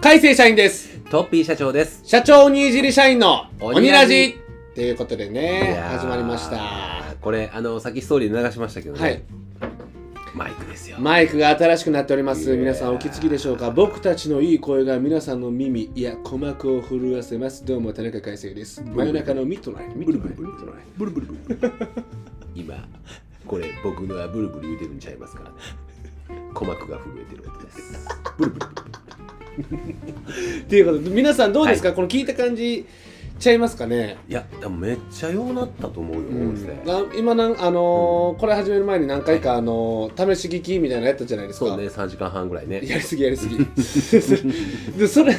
改正社員です。トッピー社長です。社長にいじり社員の鬼鬼ララジジ。ということでいね、やー始まりました。。これ、あの、さっきストーリーで流しましたけどね。はい。マイクですよ。マイクが新しくなっておりまいす。やー皆さんお気づきでしょうか僕たちのいい声が皆さんの耳、いや、鼓膜を震わせます。どうも、田中海生です。真夜中のミッドナイト。ミッドナイト。ミッドナイトブルブルブル。今、これ、僕のはブルブル言うてるんちゃいますから。鼓膜が震えてる音です。ブルブル。っていうことで、皆さんどうですか、この聞いた感じちゃいますかねいや、でもめっちゃようなったと思うよ、う音声ん、あ今なん、あのーこれ始める前に何回か、あのー試し聞きみたいなのやったじゃないですか。そうね、3時間半ぐらいね。やりすぎやりすぎ でそれ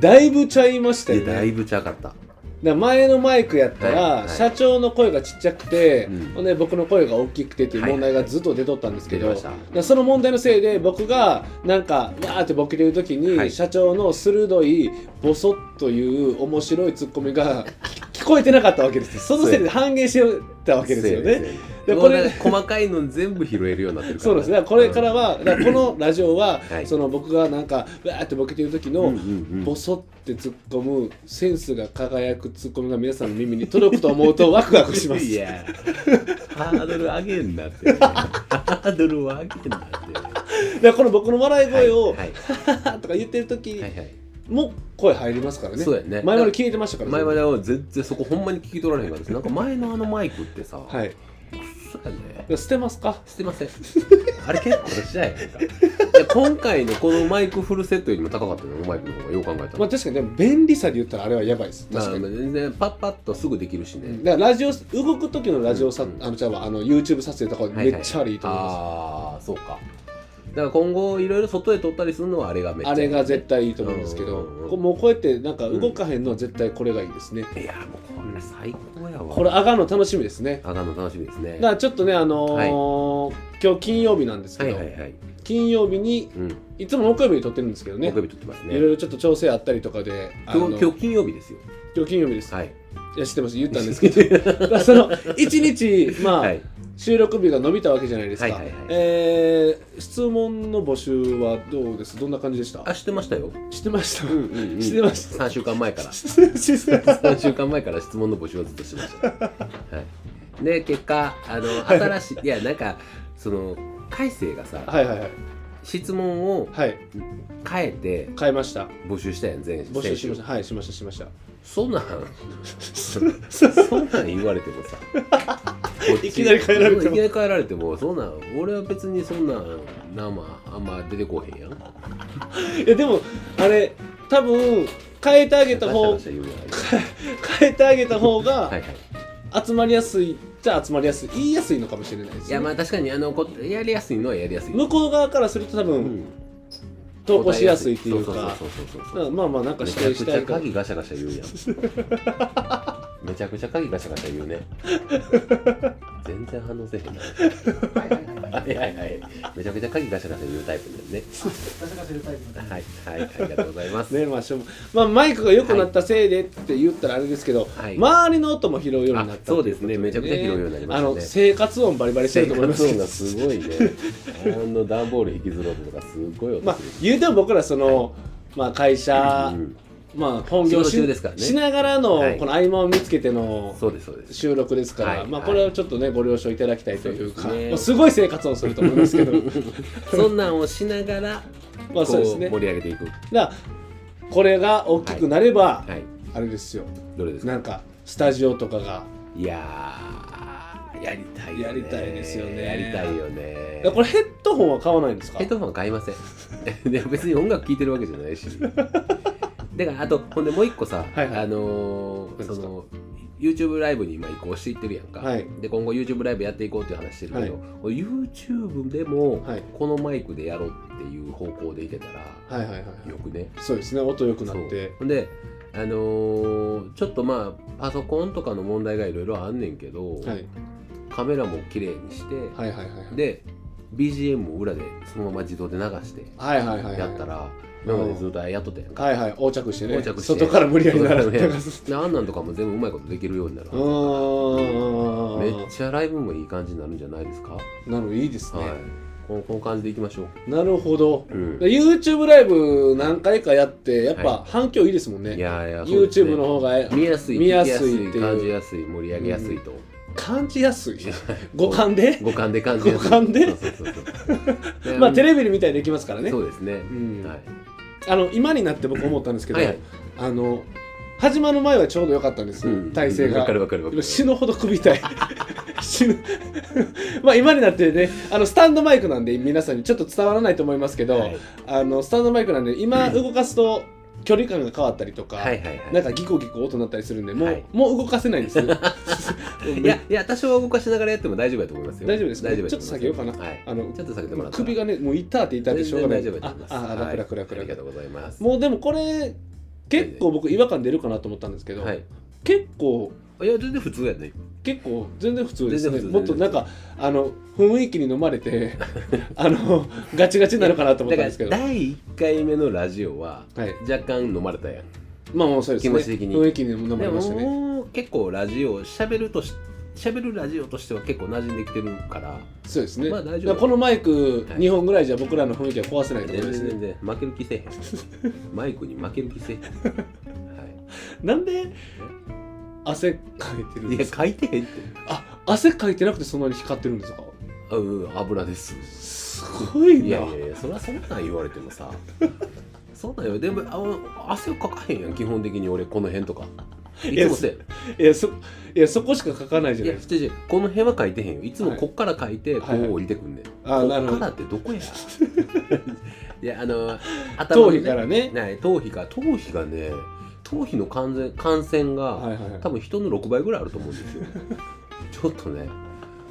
だいぶちゃいましたよで、ねだだいぶちゃかった。から前のマイクやったら、はいはい社長の声がちっちゃくて、うんほんで僕の声が大きくてっていう問題はいはがいはいずっと出とったんですけど、出てましただからその問題のせいで僕がなんかわーってボケてる時に、はい社長の鋭いボソッという面白いツッコミが 聞聞こえてなかったわけですよそのせいで半減してたわけですよせやね。。でせやここれれ、細かいの全部拾えるようになってるかそら。うですね、だからこれからは、だからこのラジオは、はいその僕がなんか、わーってボケてる時の、うんうんうんボソって突っ込むセンスが輝く突っ込みが皆さんの耳に届くと思うとワクワクします いやハードル上げんなって、ハードルを上げんなってだからこの僕の笑い声をはい「ははとか言ってる時はいはいも声入りますからね,、そうやね前まで消えてましたから前までは全然そこほんまに聞き取られへんかったですなんか前のあのマイクってさ、はいそうやね捨てますか捨てません あれ結構しないなんかいや今回のこのマイクフルセットよりも高かったよマイクの方がよう考えたら、まあ確かにでも便利さで言ったらあれはやばいですまあ確かに、全然パッパッとすぐできるしね、だからラジオ動く時のラジオさ、うんあのじゃああの YouTube 撮影とかめっちゃあれいいと思います、ああーそうかだから今後いろいろ外で撮ったりするのはあれがめっちゃあいいれが絶対いいと思うんですけど、うんうんうんこうもうこうやってなんか動かへんのは絶対これがいいですね、いやもうこれ最高やわこれ上がるの楽しみですね上がるの楽しみですねだからちょっとね、あのー今日金曜日なんですけはいど、はいはい、金曜日にうんいつも木曜日に撮ってるんですけどね木曜日撮ってますいろいねろちょっと調整あったりとかであの今日今日金曜日ですよ今日金曜日です、はいい、や知ってます言ったんですけどだからその1日、まあ はい収録日が伸びたわけじゃないですか、はいはいはいえー質問の募集はどうですどんな感じでしたあ知ってましたよ知ってました、うんうんうん知ってました3週間前か ら3週間前から質問の募集をずっとしてました、はい、で結果あの 新しいいやなんかその改正がさ、はいはいはい質問をはい変えて変えました募集したやん前募集しまし先たはいしましたしましたそんなんそんなん言われてもさこっちいきなり変えられてもいきなり変えられてもそんなん俺は別にそんなん生あんま出てこへんやんいやでもあれ多分変えてあげた方ガシャガシャ言うやん変えてあげた方がはいはい集まりやすいじゃあ集まりやすい言いやすいのかもしれないです、ね、いやまあ確かにあのこやりやすいのはやりやすい向こう側からすると多う分ん投稿しやすいっていうかそうそうそうそうだかそうらまあまあなんかめ指ちゃ定くしちたゃいから鍵ガシャガシャ言うやん めちゃくちゃ鍵ガシャガシャ言うね全然反応せへんなはいはいはいめちゃくちゃ鍵ガシャガシャ言うタイプだよねはいはいありがとうございますねまあしょうもまあ、マイクが良くなったせいでって言ったらあれですけど、はい周りの音も拾うようになったっていあそうですねめちゃくちゃ拾うようになりましたねあの生活音バリバリしてる生と思います活け音どがすごいねあの段ボール引きずろうとかすごい音する、まあ言うても僕らその、まあ会社、うんまあ本業仕事中ですからねしながらのはいこの合間を見つけてのそうですそうです収録ですから、はいまあはいこれはちょっとねご了承いただきたいというかそうですねもうすごい生活をすると思いますけど そんなんをしながらまこあうそうですね盛り上げていくだからこれが大きくなれば、はいあれですよどれですかなんかスタジオとかがいやーやりたいよねやりたいですよねやりたいよねこれヘッドホンは買わないんですかヘッドホンは買いません で別に音楽聴いてるわけじゃないしだからあとほんでもう一個さ、はいはいあのー何ですかその YouTube ライブに今移行していってるやんか、はいで今後 YouTube ライブやっていこうっていう話してるけど、はこれ YouTube でもはいこのマイクでやろうっていう方向でいけたらはいはいはいよくねそうですね音良くなそうってほんであのーちょっとまあパソコンとかの問題がいろいろあんねんけど、はいカメラも綺麗にして、はいはいはいはいで BGM も裏でそのまま自動で流してはいはいはいやったら今までずっとやっとったやんか、はいはい横着してね横着して外から無理やりなら外流からね すであんなんとかも全部うまいことできるようになるうーんめっちゃライブもいい感じになるんじゃないですか、なのいいですね、はいこのこの感じでいきましょうなるほど。うんで YouTube ライブ何回かやって、やっはぱ反響いいですもんいね。やいやそうですね YouTube の方が見やすい見見ややすすいいっていう感じやすい盛り上げやすいと、感じやすい。五感で五感で感じやすい五感でそうそうそうそ うまあテレビで見たいにできますからねそ。うですね、んはい、あの今になって僕思ったんですけど、はいはいあの始まる前はちょうど良かったんです、うん体勢わがか。るわかるわか今る死ぬほど首痛い。 死ぬ まあ今になってねあのスタンドマイクなんで皆さんにちょっと伝わらないと思いますけど、はいあのスタンドマイクなんで今動かすと距離感が変わったりとか、はいはいはいなんかギコギコ音鳴ったりするんでもう,、はいもう動かせないんですよ いやいや多少は動かしながらやっても大丈夫だと思いますよ大丈夫ですか大丈夫だちょっと下げようかな、思いますあのはい、ちょっと下げてもらったら首がねもう痛って痛ってしょうがない全然大丈夫だと思いますああ楽楽楽はい、ありがと楽うございますもうでもこれ結構僕違和感出るかなと思ったんですけど、はい結構いや全然普通やね結構全然普通ですね全然普通もっとなんかあの雰囲気に飲まれ てあのガチガチになるかなと思ったんだからですけど第1回目のラジオははい若干飲まれたやんまあもうそうですね気持ち的に雰囲気に飲までれましたねも結構ラジオしゃべるとししゃべるラジオとしては結構馴染んできてるからそうですね、まあ大丈夫だからこのマイクはい2本ぐらいじゃ僕らの雰囲気は壊せないと全思います然ね、全然負ける気せえ へんマイクに負ける気せえへん、はなんで汗かいてるんい、いでやすか書いてへんってあ汗かいてなくてそんなに光ってるんですかあうん油ですすごいないやいやいやそれはそんなん言われても さそんなんよでもあ汗をかかへんやん基本的に俺この辺とかいつもせいやそいやそこしか書かないじゃいなやいですか違う違うこの辺は書いてへんよいつもはいこっから書いてこはいはいう降りてくんねん、あなるこほっからどってど こやいやあの頭頭のね皮からねない頭皮が頭皮がね頭皮の感染感染が、はいはいはい多分人の6倍ぐらいあると思う んですよちょっとね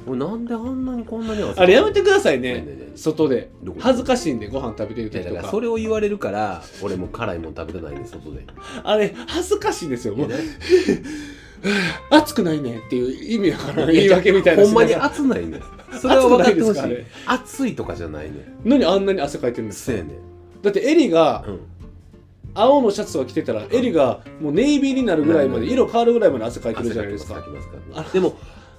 俺なんであんなにこんなに汗かくあれやめてくださいねえねねえねえ外でどこ恥ずかしいんでご飯食べてるいや時だとからかそれを言われるから俺もう辛いもん食べてないんで外であれ恥ずかしいんですよもいうやね熱くないねっていう意味だから言い訳みたいなほんましにながら熱ないねんそれは分かってほし熱ないでいす熱いとかじゃないねんのにあんなに汗かいてるんですせかやねんだってエリがうん青のシャツを着てたらエリがもうネイビーになるぐらいまでうん色変わるぐらいまで汗かいてる汗じゃかないきでますすかかきますかきあまらすでも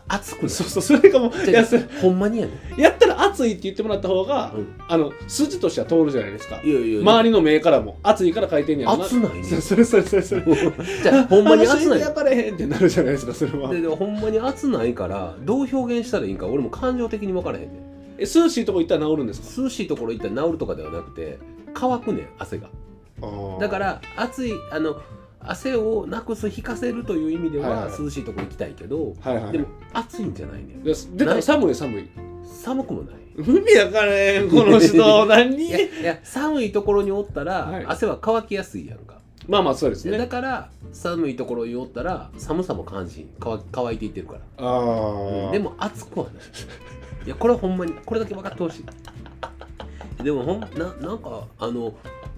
熱くないそうそうそれがもういやそれほんまにやねんやったら熱いって言ってもらった方がうんあの筋としては通るじゃないですかいやいや周りの目からも熱いから書いてんねやろな熱ないねんそうそれそれそれそれじゃあほんまに熱熱いないやばれへんってなるじゃないですかそれはででもほんまに熱ないからどう表現したらいいんか俺も感情的に分からへんねんえ涼しいとこ行ったら治るんですか涼しいところ行ったら治るとかではなくて乾くねん汗がだから暑いあの汗をなくす引かせるという意味では、はいはい涼しいとこ行きたいけど、はいはいでも暑いんじゃないねででも寒い寒い寒くもない海だからねんこの人 何いやいや寒いところにおったら、はい汗は乾きやすいやんか、まあまあそうですでだねから寒いところにおったら寒さも感じひん乾乾いていってるから、ああ、うんでも暑くはないいやこれはほんまにこれだけ分かってほしいでもほんななんかあの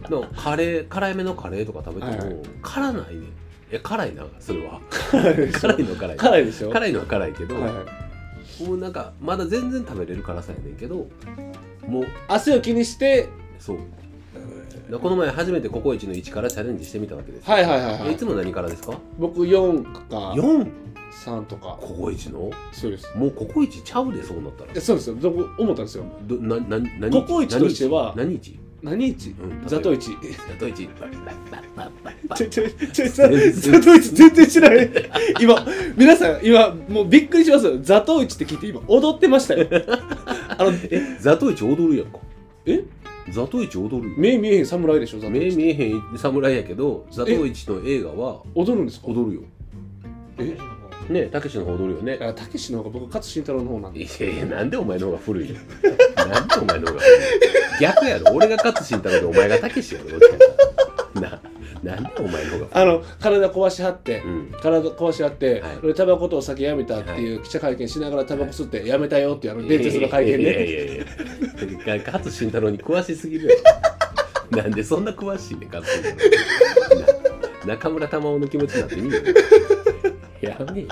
なんかカレー辛いめのカレーとか食べても、はいはい辛ないねいや辛いなそれは辛いでしょ辛いのは辛い辛いでしょ辛いのは辛いけど、はいはいもうなんかまだ全然食べれる辛さやねんけどもう汗を気にしてそうこの前初めてココイチの1からチャレンジしてみたわけですよはいはいはいはいえいつも何からですか僕4か ?4 3とかココイチのそうですもうココイチちゃうでそうなったらえそうですよ僕思ったんですよどなな何ココイチとしては何日何日うんザトイチザトイチバッバッバッバッバッバちょッちょちょザザトウイチ全然知らない今皆さん今もうびっくりしますよザトウイチって聞いて今踊ってましたよあのええザトイチ踊るやんかえザトイチ踊るよ目見えへん侍でしょザトウ目イチ見えへん侍やけどザトイチの映画は踊るんですか踊るよえねたけしの方踊るよねあたけしの方が僕勝慎太郎の方なんでいやいやなんでお前の方が古いよなんでお前の方が古い逆やろ俺が勝慎太郎でお前がたけしやろどっちかやったらななんでお前の方があの体壊しはって、古いうん体壊し合って、はい俺タバコとお酒やめたっていう記者会見しながらタバコ吸ってやめたよっていうあの伝説の会見いやで、いやいやいや勝慎太郎に詳しすぎるよなんでそんな詳しいねん勝慎太郎な中村玉緒の気持ちになってみるよやめえよ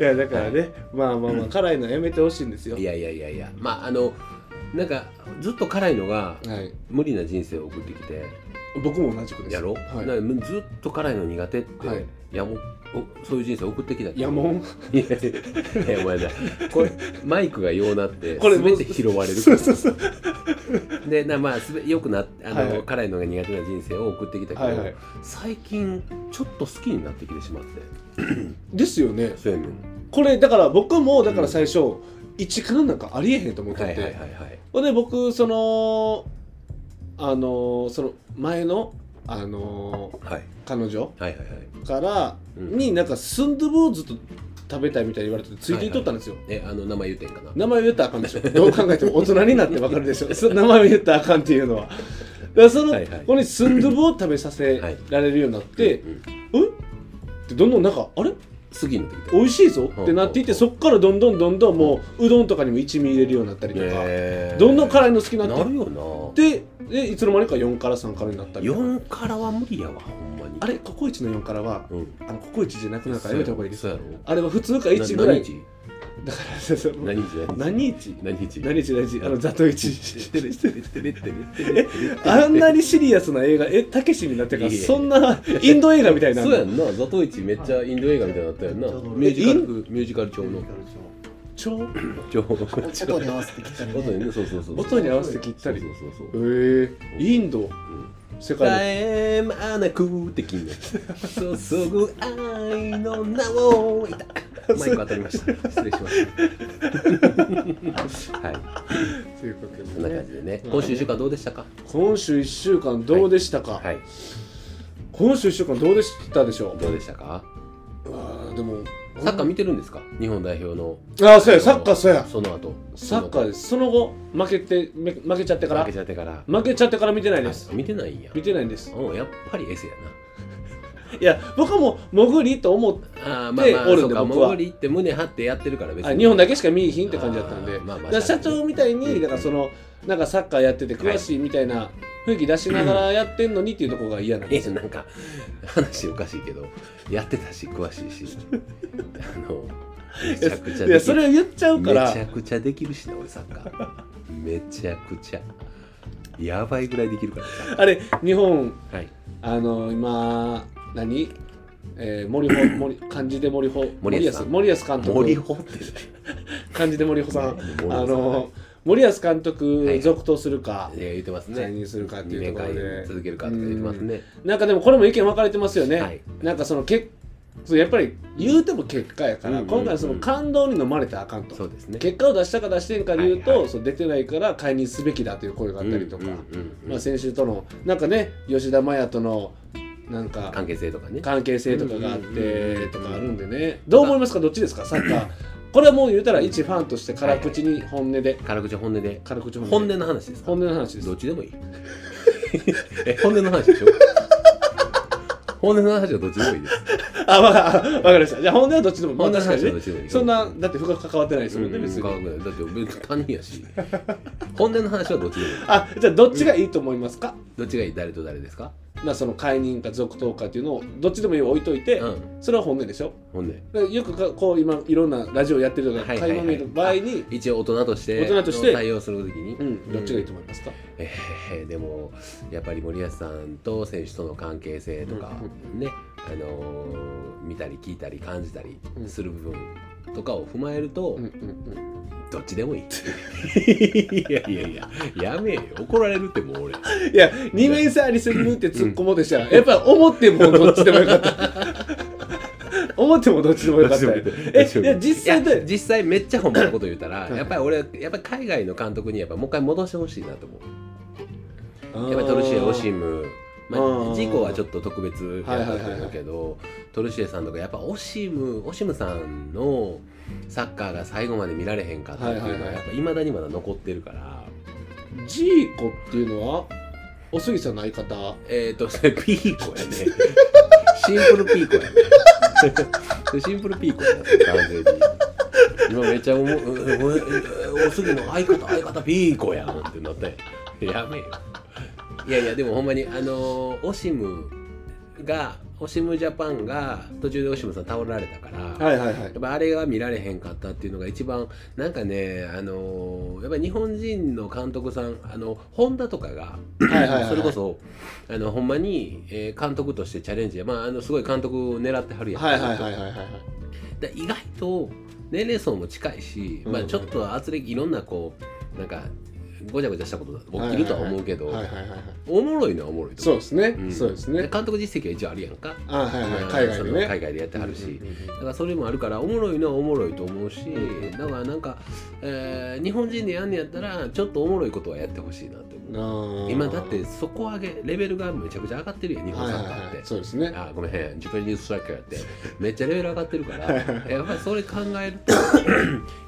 いやだからね、まあまあまあ辛いのはやめてほしいんですよいやいやいやいやまああのなんかずっと辛いのがはい無理な人生を送ってきて僕も同じくですやろ、はいだからずっと辛いの苦手って、はいい、やもうおそういう人生送ってきたっていやもういやいやいやお前なこれマイクがようなってこれもう全て拾われるそうそうそうでなまあすべよくなあの、はいはい辛いのが苦手な人生を送ってきたけど、はいはい最近ちょっと好きになってきてしまってですよねそうやねんこれだから僕もだから最初、一からなんかありえへんと思ってて、はいはいはいはいほんで僕そのあのその前のあのはい彼女はいはいはいからうんになんかスンドゥブをずっと食べたいみたいに言われててついていっとったんですよ、えあの名前言うてんかな名前を言ったらあかんで しょどう考えても大人になってわかるでしょその名前を言ったらあかんっていうのはだからその、はいはいここにスンドゥブを食べさせられるようになってう、んうんうんってどんどんなんかあれ好きになってきた美味しいぞってなっていってそっからどんどんどんどんもううどんとかにも一味入れるようになったりとか、えーどんどん辛いの好きになってなるよででいつの間にか4から3からになったなりとか4からは無理やわほんまにあれココイチの4からはうんあのココイチじゃなくなるからやめた方がいいですそうやろあれは普通かな1ぐらい何日だからそうそう何日何日何日何何日日何日あのザトイチ知ってる知ってる知ってる知ってる知ってる知ってるあんなにシリアスな映画えたけしになってからいえいえそんなインド映画みたいなそうやんなザトウイチめっちゃインド映画みたいになったやんなちょうどミュージカルミュージカル調の超調音に合わせてきたり音にね。ねそうそうそう音に合わせて切ったりそへうそうそうえそうインドうん世界絶え間なく的な注ぐ愛の名をいたマイク当たりました失礼しましたはいのということでねそんな感じでね今週一週間どうでしたか今週1週間どうでしたか、はい今週1週間どうでしたでしょどうでしたかうあーでもサッカー見てるんですか日本代表のああそうやサッカーそうやその後サッカーですその後負けてめ負けちゃってから負けちゃってから負けちゃってから見てないですあ見てないんや見てないんですうんやっぱりエセやいや僕も潜りと思っなあーでまあまおあるそんでうか僕は潜り行って胸張ってやってるから別あに日本だけしか見えひんって感じだったんで、あーまあまだあから社長みたいにだからそのなんかサッカーやってて詳しいみたいな雰囲気出しながらやってんのにっていうところが嫌なんいでやすよなんか話おかしいけどやってたし詳しい しあのめちゃくちゃいやそれめを言っちゃうからちゃくちゃできるしな俺サッカーめちゃくちゃやばいぐらいできるからさあれ日本はいあの今何えー、森保森漢字で森保森保さん森保森保監督森保って漢字で森保さん 森保さんあの森保監は督い続投するか、いや言ってます再ね任するかって2いう年ところで間続けるかとか言ってますねなんかでもこれも意見分かれてますよね、はいなんかその結そうやっぱり言うても結果やから、うんうんうん今回はその感動に飲まれたらあかんと、そうですね結果を出したか出してんかで言うと、はいはいそう出てないから解任すべきだという声があったりとか、うんうんうんうんまあ、先週とのなんかね吉田麻也とのなんか関係性とかね関係性とかがあっうんうんうんうてんとかあるんでねどう思いますかどっちですかサッカーこれはもう言うたら一ファンとして辛口に本音で辛口本音で辛口本本音音での話ですか本音の話ですどっちでもいいえ本音の話でしょ本音の話はどっちでもいいですあわかわかりましたじゃあ本音はどっちでもま本あ音確のか話にねはどっちでもいいそんなだって深く関わってないですもんね、別別ににだって別に他人やし本音の話はどっちでもいいあじゃあどっちがいいと思いますか、どっちがいい誰と誰ですかまあその解任か続投かっていうのをどっちでもいい置いといて、うんそれは本音でしょ本音だからよくかこう今いろんなラジオやってるとかはい会はいはい話見る場合に、一応大人として大人として対応するときに、うん、どっちがいいと思いますか、えーでもやっぱり森保さんと選手との関係性とかね、あのー見たり聞いたり感じたりする部分とかを踏まえると、うんうんどっちでもいいいやいやいややめえよ怒られるってもう俺うん、いや二面性ありすぎるって突っ込もうとしたら、やっぱ思ってもどっちでもよか った思ってもどっちでもよかったよえいや実際いやで実際めっちゃ本物のこと言うたらいやっぱり俺やっぱり海外の監督にやっぱもう一回戻してほしいなと思うやっぱりトルシエ・オシムまああー事故はちょっと特別やったと思うけどトルシエさんとかやっぱオシムオシムさんのサッカーが最後まで見られへんかったっていうはいはいのははいやっぱいまだにまだ残ってるからジーコっていうのはおすぎさんの相方えっとそれピーコやねシンプルピーコやねそれシンプルピーコやなそれ完全に今めっちゃおもううううおすぎの相方相方ピーコやんってなったやんやめよいやいやでもほんまにあのーオシムがオシムジャパンが途中でオシムさん倒れられたから、はいはいはいやっぱあれが見られへんかったっていうのが一番なんかねあのーやっぱり日本人の監督さんあの本田とかがはいはいはいそれこそあのほんまに、えー監督としてチャレンジ、まあ、あのすごい監督を狙ってはるやん、はいはいはいはいはいはいだ意外と年齢層も近いし、まあ、うんちょっと圧力いろんなこうなんかごちゃごちゃしたこと起きるとは思うけど、はいはいはいはいおもろいのはおもろいとそう思うですね、んそうですでね監督実績は一応あるやんか、あはいはいまあ海外でそのね海外でやってはるし、うんうんうんだからそれもあるからおもろいのはおもろいと思うしだからなんか、えー日本人でやんねやったらちょっとおもろいことはやってほしいなって思うあー今だって底上げレベルがめちゃくちゃ上がってるよ日本はいサはッいカーっはてい。そうですねあごめんジャパニーズサッカー ってめっちゃレベル上がってるからはいはいやっぱりそれ考える と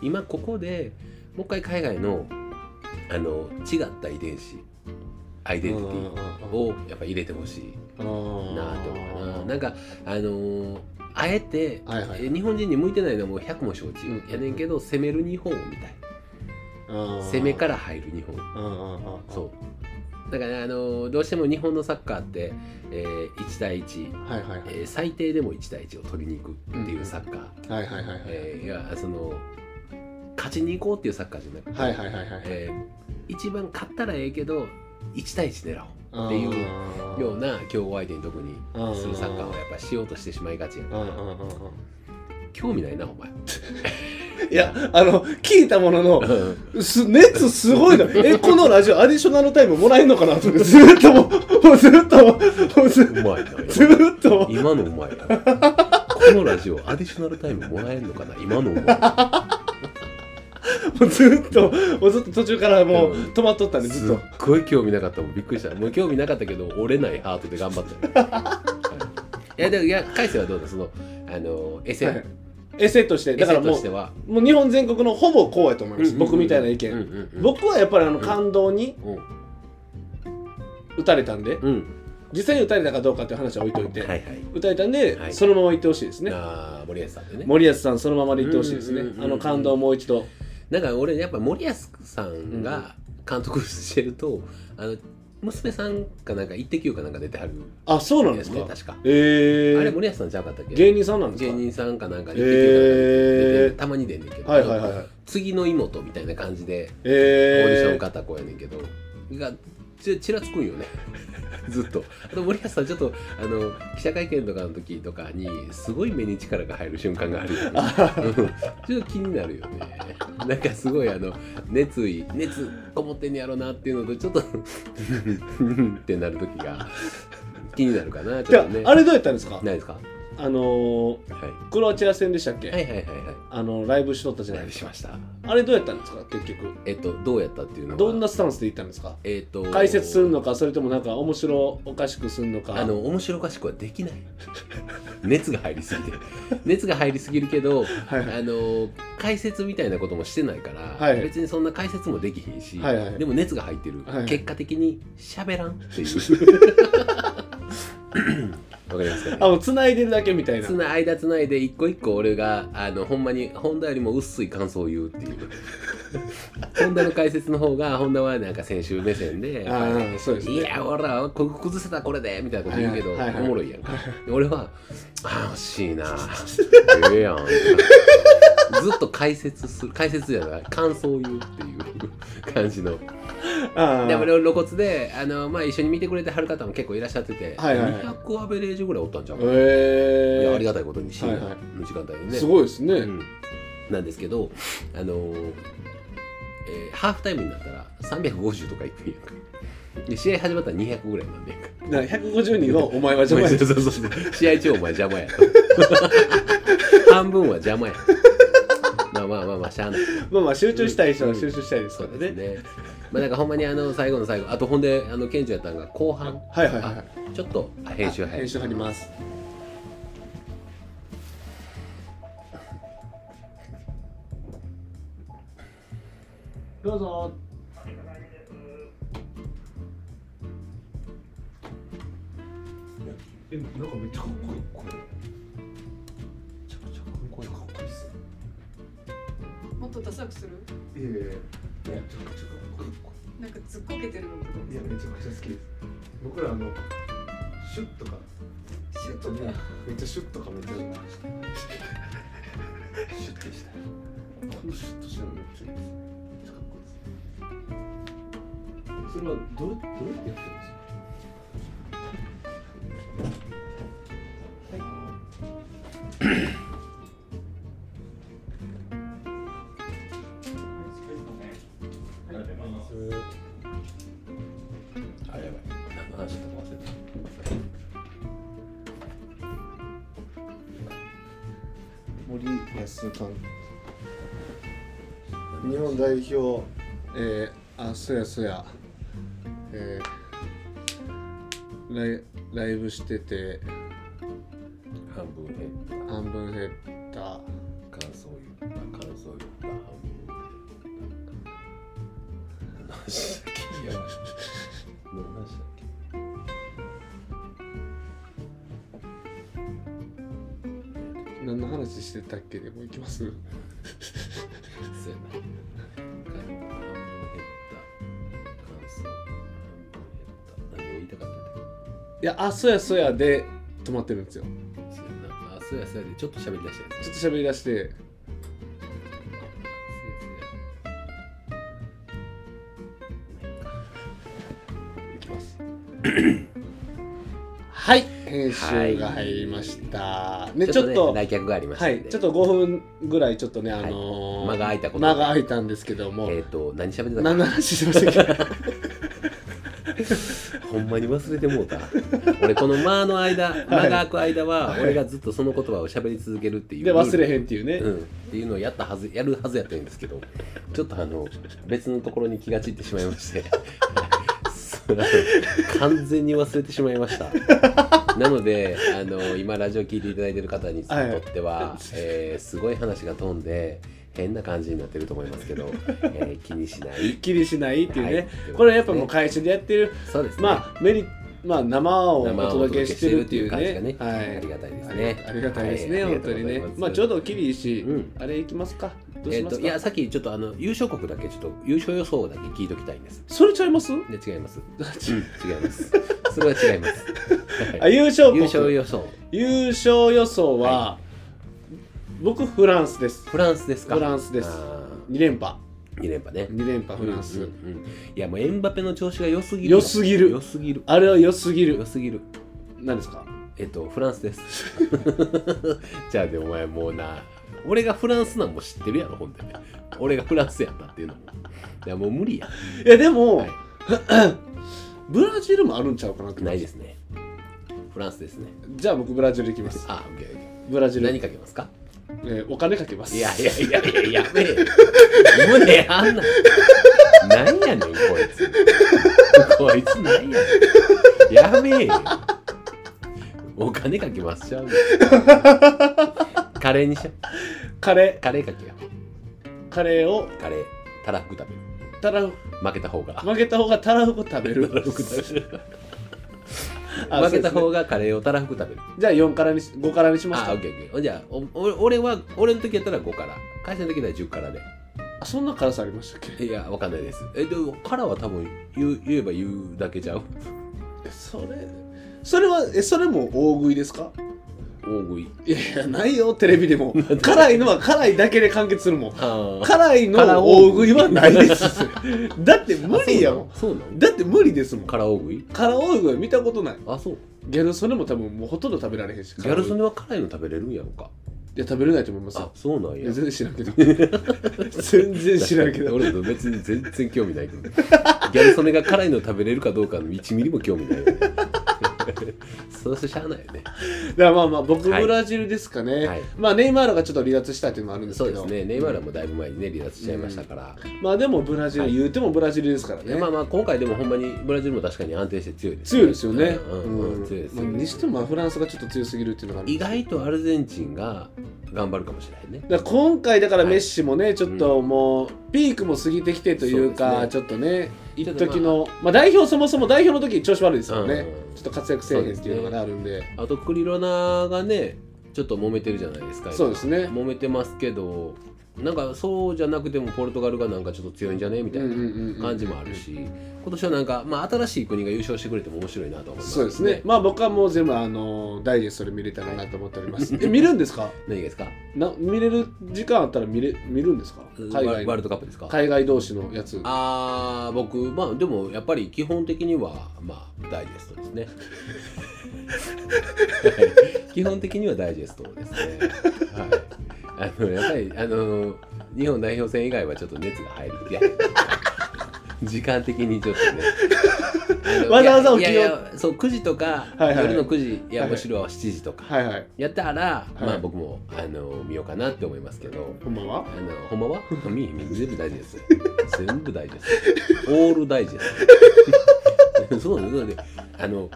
今ここでもう一回海外のあの違った遺伝子アイデンティティィをやっぱ入れてほしいなあと思うななんかあのーあえて、はいはいえ日本人に向いてないのはもう100も承知、うんやねんけど攻める日本みたい攻めから入る日本そそうだから、あのーどうしても日本のサッカーって、え1対1、うんはいはいはいえー最低でも1対1を取りに行くっていうサッカー、はいはいはいはいえーいやその勝ちに行こうっていうサッカーじゃなくて、はいはいはいはいえー一番勝ったらええけど1対1狙おうっていうような競合相手に特にするサッカーをやっぱしようとしてしまいがちやかうんうんらうんうん興味ないなお 前いやあの聞いたもののす熱すごいなえこのラジオアディショナルタイムもらえるのかなと思ってずーっともうもうずーっともうずうまいなずーっと 今のうまいなこのラジオアディショナルタイムもらえるのかな今のうまいもうずーっともうずっと途中からもううん止まっとったんですずっとっごい興味なかったもんびっくりしたもう興味なかったけど折れないハートで頑張っ たよはいいやでもいや海星はどうだそのあのエセ、はいエセとしてエだからセともしてはうもう日本全国のほぼこうやと思います僕みたいな意うん見うんうん僕はやっぱりあの感動にうん打たれたんでうん実際に打たれたかどうかっていう話は置いといて、はいはい打たれたんで、はいそのまま行ってほしいですねあー森保さんでね森保さんそのままで行ってほしいですね、うんうんうんうんあの感動をもう一度なんか俺やっぱ森保さんが監督してると、あの娘さんかなんか「イッテ Q!」かなんか出てはるあそうなんでですすねか確か、えー、あれ森保さんちゃうかったっけ芸人さんなんです芸か人さんかなんかにえ出てるーたまに出んねんけど、はいはいはいはい次の妹みたいな感じでオーディショえンー、方こうやねんけど、がちちらつくんよ ねずっとあと森保さんちょっとあの記者会見とかの時とかにすごい目に力が入る瞬間 があるよねうんちょっと気になるよねなんかすごいあの熱意熱こもってんねやろなっていうのとちょっと ってなる時が気になるかなちょっとねであれどうやったんですかないですか、はあのー、い、クロアチア戦でしたっけ、はいはいはいはいあのライブしとったじゃラなイいでブすしかましたあれどうやったんですか結局えっとどうやったっていうのはどんなスタンスで行ったんですかえっと解説するのかそれともなんか面白おかしくするのかあの面白おかしくはできない熱が入りすぎて熱が入りすぎるけどはいはいあの解説みたいなこともしてないから、はい別にそんな解説もできひんし、はいはいでも熱が入ってる、はい結果的に喋らん っていうわかりますかねあもう繋いでるだけみたいなつな間つないで一個一個俺があのほんまに本田よりも薄い感想を言うっ ていう本田の解説の方が本田はなんか選手目線であーそうですねいや俺らここ崩せたこれでみたいなこと言うけど、はいはいはいはいおもろいやんかで俺は「ああ惜しいなええやん」ずっと解説する解説じゃない感想を言うっていう感じのあーでも俺露骨であの、まあ、一緒に見てくれてはる方も結構いらっしゃってて、はいはいはい200アベレージぐらいおったんちゃうかなえいやー、ありがたいことに深夜はいはの時間帯にね、すごいですね、うんなんですけど、あのーえーハーフタイムになったら350とかいってんやんかで試合始まったら200ぐらいなんねんかな150人のお前は邪 魔やそうそうそう試合中お前邪魔 や半分は邪魔やまあまあまあまあしゃあないまあまあ集中したい人は集中したいですそかうらね、ですねまあなんかほんまにあの最後の最後あとほんであのケンジやったんが後半はいはいはいちょっとあ編集入る編集入りますどうぞえ、なんかめっちゃかっこいい、これ。めちゃくちゃかっこいい、かっこいいっすね。もっとダサくするいやいやいや、めちゃくちゃかっこなんかずっこけてるのとかいい。いや、めちゃくちゃ好きです。僕らあの、シュッとか、シュッとね、めっちゃシュッとかめっちゃシュッとした。シュッとした。このシュッとしたのめっちゃいいです。めっちゃかっこいいです。それはどうどうやってやってるんですかあれやばい。何の話だったか忘れた。森保監督日本代表えー、あそやそやえー、ライライブしてて半分減った半分減った感想言った感想言った半分減った何の 話だっけやばい何の話だっけ何の話してたっけでも行きますそうやな半分減った感想半分減った何を言いたかったんだっいけやあそやそやで止まってるんですよそうやなあそうやそうやでちょっと喋りだしたやつちょっと喋り出していき ますはい編集が入りました、ねちょっねと来客がありましたはんいでちょっと5分ぐらいちょっとねあのー間が空いたこと間が空いたんですけども、えっと何喋ってたっけ何の話してましたっ けほんまに忘れ てもうた俺この間の間間が空く間は、はい俺がずっとその言葉を喋り続けるっていうで忘れへんんっていうね、うん、っていうのをやったはずやるはずやったんですけどちょっとあの別のところに気が散ってしまいまして そう完全に忘れてしまいましたなのであの今ラジオ聞いていただいてる方にとっては、はいえーすごい話が飛んで変な感じになってると思いますけど、えー気にしない気にしないっていうね、はいこれやっぱもう会社でやってる、そうですねまあメリまあ生をお生をお届けしてるっていう届けねしてるっていう感じがねありがたいですねありがたいですね、はい本当にありねがとうございますまあちょうどきりいいし、うんあれ行きますかどうえしっますとか、いやさっきちょっとあの優勝国だけちょっと優勝予想だけ聞いときたいんです。それちゃいますで違います。うん、 違います。それは違います。あ優勝優国勝予想優勝予想は、は僕フランスですフランスですか。フランスですあ2連覇ー二連覇ね。 2連覇フランス、うんうんうんいやもうエンバペの調子が良すぎる。良すぎる良すぎる。あれは良すぎ良るすぎる。何ですかえっとフランスです。 じゃあでお前もうな。俺がフランスなんも知ってるやろほんで、俺がフランスやったっていうのもいやもう無理や、いやでも、はい、ブラジルもあるんちゃうかなってないですねフランスですねじゃあ僕ブラジル行きますあオッケーオッケーブラジル何かけますかえーお金かけますいやいやいやいややべえ胸あんななんやねんこいつこいつなんやねんやべえよお金かけますちゃうよカレーにしようカレカレーかけよーカレーをうカレーたらふく食べるたらふ負けた方が負けた方がたらふく食べ るたらふく食べるあ負けたそう方がカレーをたらふく食べるですねじゃあ4からにし5からにしますあかオッケーオッケーじゃあおお俺は俺の時やったら5から会社の時は10からであそんな辛さありましたっけいやわかんないですえでもカラーは多分言う言えば言うだけちゃうそれそれはえそれも大食いですか大食いいやいやないよテレビで も辛いのは辛いだけで完結するもんああ辛いの大食いはないですだって無理やもそうなのんだって無理ですもん辛大食い辛大食いは見たことないあそうギャル曽根も多分もうほとんど食べられへんしギャル曽い根は辛いの食べれるんやろかや食べれないと思いますあよそうなんいやや全然知らんけど全然知らんけど俺別に全然興味ないけどギャル曽根が辛いの食べれるかどうかの1ミリも興味ないよね そうしてしゃあないよねだからまあまあ僕はいブラジルですかね、はいまあネイマールがちょっと離脱したっていうのもあるんですそうけでどすねネイマールはもうだいぶ前にね離脱しちゃいましたから、まあでもブラジル、はい言うてもブラジルですからね、まあまあ今回でもほんまにブラジルも確かに安定して強いです、強いですよね、うんうんうん強いですよまあ、にしてもまあフランスがちょっと強すぎるっていうのがあるん意です外とアルゼンチンが頑張るかもしれないねだから今回だからはいメッシもね、ちょっともうピークも過ぎてきてというかそうですちょっとねちょ一っとまあ時の、まあ、代表そもそも代表の時調子悪いですよね、うんちょっと活躍せえへんっていうのが、ねあるんであとクリロナがねちょっと揉めてるじゃないですかそうですね揉めてますけどなんかそうじゃなくてもポルトガルがなんかちょっと強いんじゃねみたいな感感じもあるし、今年はなんか、まあ、新しい国が優勝してくれても面白いなと思います、そうですね。まあ僕はもう全部あのダイジェストで見れたらなと思っております。 え見るんですか？何がですかな見れる時間あったら見れ見るんですか？海ワ外ワーのルドカップですか海外同士のやつ。あー僕まあでもやっぱり基本的にはまあダイジェストですねはい基本的にはダイジェストですねはいあのやっぱりあの日本代表戦以外はちょっと熱が入るいや時間的にちょっとねあのわざわざいや起きよういやいやそう9時とか、はいはい夜の9時いやはいむしろ7時とかはいはい。やったら、いまあ僕もあの見ようかなって思いますけどこんばんは。あの、ほんまは みみ全部大事です。全部大事です。オール大事です。 そうだね。そうだねあの、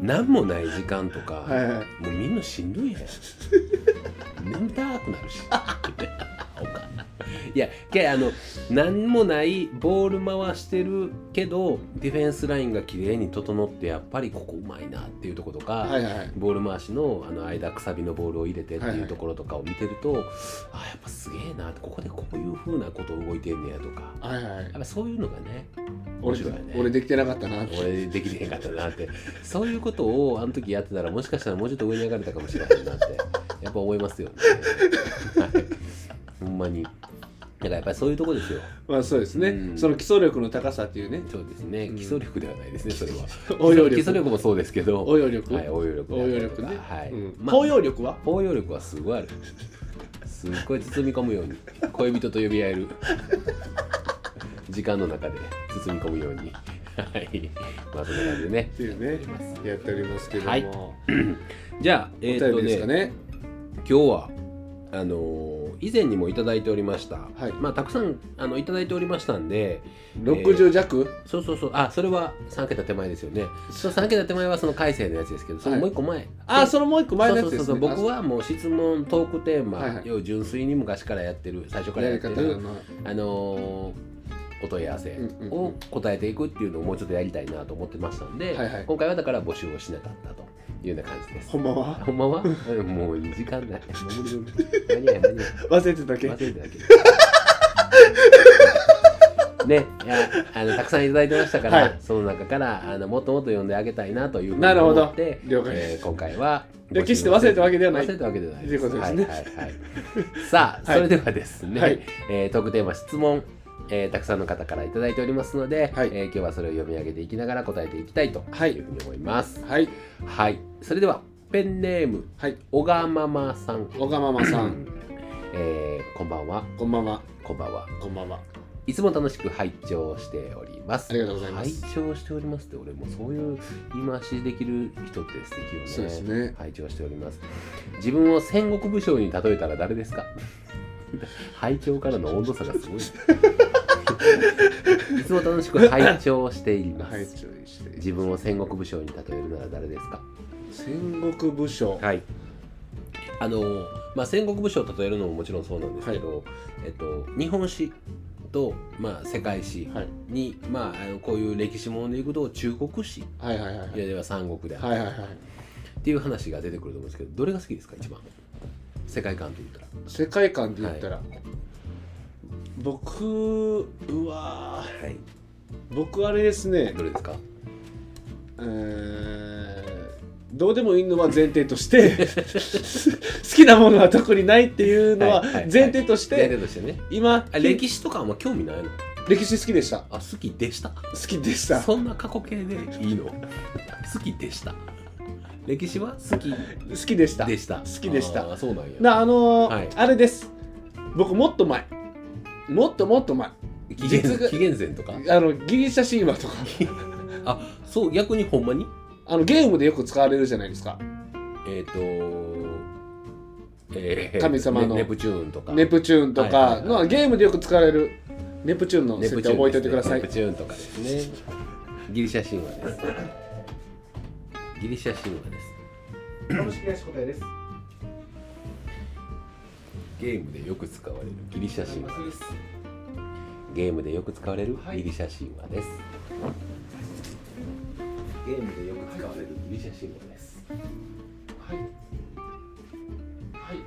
なんもない時間とか、はいはい。もうみんなしん どいやん。眠たくなるし。 おかいや、けあの、なんもないボール回してるけど、ディフェンスラインが綺麗に整って、やっぱりここうまいなっていうところとか、はいはいはい。ボール回しのあの間くさびのボールを入れてっていうところとかを見てると、あやっぱすげえなここでこういうふうなこと動いてんねやとかはいはいはいやっ。ぱそういうのがね面俺白いね俺できてなかったなって。俺できてへんかったなってそういうことをあの時やってたらもしかしたらもうちょっと上に上がれたかもしれないなってやっぱ思いますよね。はいほんまにだからやっぱりそういうとこですよ。まあそうですね、うんその基礎力の高さっていうね。そうですね。うん基礎力ではないですね。それは。応用力基礎力もそうですけど。応用力。はい、応用力。応用力ね。はい。うんまあ包容力は？包容力はすごいあるすっごい包み込むように恋人と呼び合える時間の中で包み込むようにはいまあそんな感じでねっていうね。やっておりますけども。はいじゃあえおーっ便とりねですかね。今日はあのー以前にもいただいておりました、はいまあたくさんあのいただいておりましたんで六十弱？そうそうそうあそれは3桁手前ですよねその3桁手前はその改正のやつですけどそのもう一個前、あ、そのもう一個前のやつそうです、そうね。そう僕はもう質問トークテーマ、はいはい要は純粋に昔からやってる最あ初からややっりて方るが、まあ、あのーお問い合わせうんうんうをん答えていくっていうのをもうちょっとやりたいなと思ってましたんで、はいはい今回はだから募集をしなかったというような感じですほんまはほんまはうんもういい時間だよもう無理無理間に合い間に合い忘れてただけ。 忘れて たけどねいやあのたくさんいただいてましたから、はいその中からあのもっともっと読んであげたいなというふうになるほど思って了解えー今回はで決して忘れたわけではない忘れたわけではないということですねはいはいはい、さあ、はいそれではですね、はいえートークテーマ質問えーたくさんの方から頂いいておりますので、はいえー今日はそれを読み上げていきながら答えていきたいとはいいうふうに思います。はい。はい、それではペンネームはい。小川ママさん、小川ママさ ん、えーこんばんはこんばんは。こんばんは。こんばんは。いつも楽しく拝聴しております。ありがとうございます拝聴しておりますって、俺もそういう言い回しできる人って素敵よね。そうですね。拝聴しております。自分を戦国武将に例えたら誰ですか 拝聴からの温度差が すごい。いつも楽しく拝聴しています。はい、注意して。自分を戦国武将に例えるなら誰ですか戦国武将。はい。あのまあ、戦国武将を例えるのももちろんそうなんですけど、えっと、日本史と、まあ、世界史はい。に、まあ、あのこういう歴史ものでいくと中国史はいはいはいはいい。やでは三国であるはいはいはい。っていう話が出てくると思うんですけどどれが好きですか一番世界観といったら世界観で言ったら、僕うわーはい僕あれですね、どれですかえーどうでもいいのは前提として 好きなものは特にないっていうのははいはいはい前提として、前提としてね今あ歴史とかあんま興味ないの歴史好きでしたあ好きでした好きでした好そんな過去形でいいの好きでした歴史は好ききでしたでした好きでしたそうなんやなあのーはいあれです僕もっと前もっともっと前紀元実が紀元前とかあのギリシャ神話とかあそう逆にほんまにあのゲームでよく使われるじゃないですかえっ、とえー神様のネネプチューンとかネプチューンとはいかはいはいのゲームでよく使われるネプチューンのネ設プ定チューン覚えておいてくださいですねネプチューンとかですね。ギリシャ神話です。ギリシャ神話です。株式会社答えですゲームでよく使われるギリシャ神話です。ゲームでよく使われるギリシャ神話です。ゲームでよく使われるギリシャ神話です。はいはい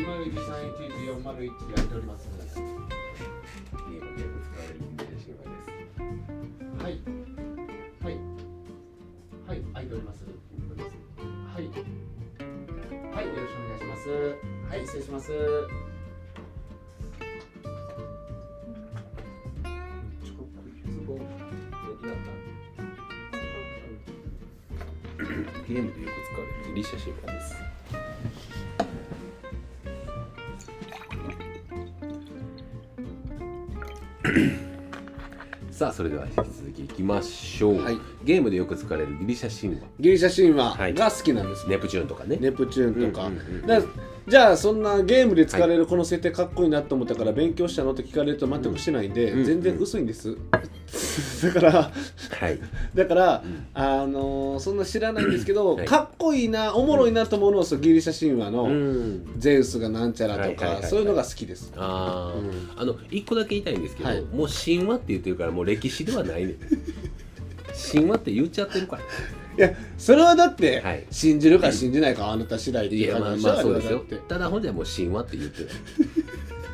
今1 3 1 1 4 0 1でやっておりますのでゲームでよく使われるインデーシングです。はいはいはい開いておりますはいはいよろしくお願いしますはい失礼しますゲームでよく使われるギリシャ神話です。さあそれでは引き続きいきましょう、はいゲームでよく使われるギリシャ神話ギリシャ神は話いが好きなんですね、ネプチューンとかねネプチューンとか,、うんうんうんうんだじゃあそんなゲームで使われるこの設定かっこいいなと思ったから勉強したのって聞かれると全くしてないんで、うんうん全然薄いんです、 だからはいだから、んあのーそんな知らないんですけど、はいかっこいいなおもろいなと思うのはそうギリシャ神話の、んゼウスがなんちゃらはといはいはいかはいそういうのが好きですあー、うんあの一個だけ言いたいんですけど、はいもう神話って言ってるからもう歴史ではないねん神話って言っちゃってるからいやそれはだって、はい信じるか信じないかあなた次第っていいうやま感あじしょまあそうですあよれはだってただ本来はもう神話って言ってない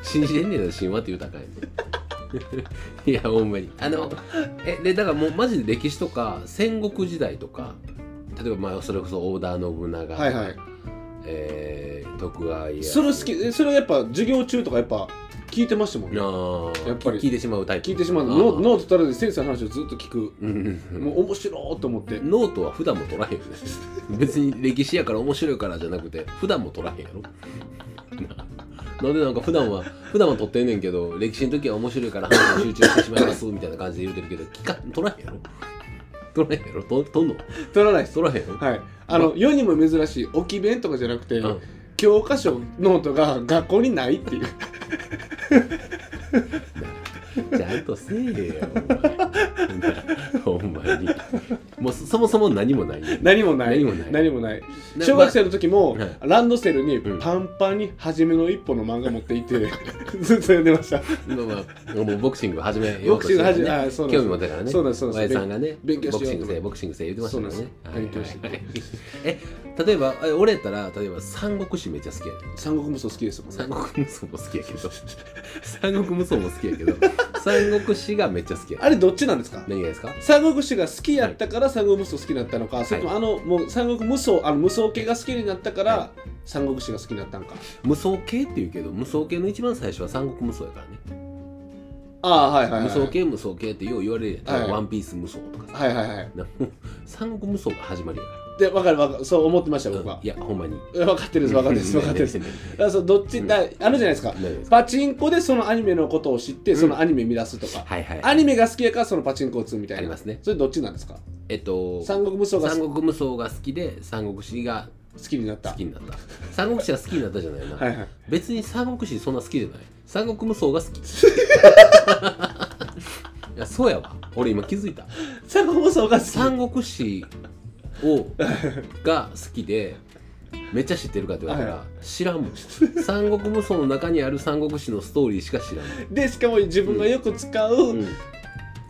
信じてんねんの神話って言うたらあかん ねんいやほんまにあのえでだからもうマジで歴史とか戦国時代とか例えばまあそれこそ織田信長、はいはいえー徳川家康それ好きえそれはやっぱ授業中とかやっぱ聞いてましたもんねあーやっぱり聞いてしまうタイプ聞いてしまうあのーノノート取らずに先生の話をずっと聞くうんうんうんもう面白いと思ってノートは普段も取らへんよね別に歴史やから面白いからじゃなくて普段も取らへんやろ ななんでなんか普段は普段は取ってんねんけど歴史の時は面白いから話に集中してしまいますみたいな感じで言うてるけど聞か取らへんやろ取らへんやろと取んの取らないです取らへんやろ、はいあの世にも珍しい置き弁とかじゃなくてうん教科書ノートが学校にないっていう ちゃんとせえよお前ほんまにもうそそもそも何もないねん何もない何もない何もないな小学生の時もはいランドセルにうんパンパンに初めの一歩の漫画持ってい てずっと読んでましたまあまあもうボクシング始めようボクとしてシング始めあーそう興なんです味持ったからね。そうなんですそうなんですおやじさんがね、勉強しようボクシングと思っせてボクシングせ言ってましたからね。そうなんですはいはいはいえ、例えばえ俺やったら例えば三国志めっちゃ好きやね。三国無双好きですもんね三国無双も好きやけど、三国無双も好き やけど、三国志がめっちゃ好きや。あれどっちなんですか何がですか？三国志が好きやったから三国無双好きになったのか、それともあのもう三国無双あの無双系が好きになったから、は三国志が好きになったんか無双系って言うけど、無双系の一番最初は三国無双やからね。ああはいはいはい無双系無双系ってよう言われるやんはいワンピース無双とかさ。はいはいはいなもう三国無双が始まりやかで分かる分かるそう思ってましたら。僕はうん、いやほんまに。分かってるです分かってるで す分かってるですだからそうどっちだあるじゃないですか何がですかパチンコでそのアニメのことを知ってそのアニメ見出すとか、はいはい。アニメが好きやからそのパチンコを打つみたいなありますねそれどっちなんですかえっと、三三国無双が好国無双が好きで、三国志がきになった好きになった。三国志が好きになったじゃないな。はいはい別に三国志そんな好きじゃない。三国無双が 好き。いやそうやわ。俺今気づいた。三国無双が好き三国志をが好きで、めっちゃ知ってるかって言われたら、は知らんもん。三国無双の中にある三国志のストーリーしか知らんもん。でしかも自分がよく使う、うん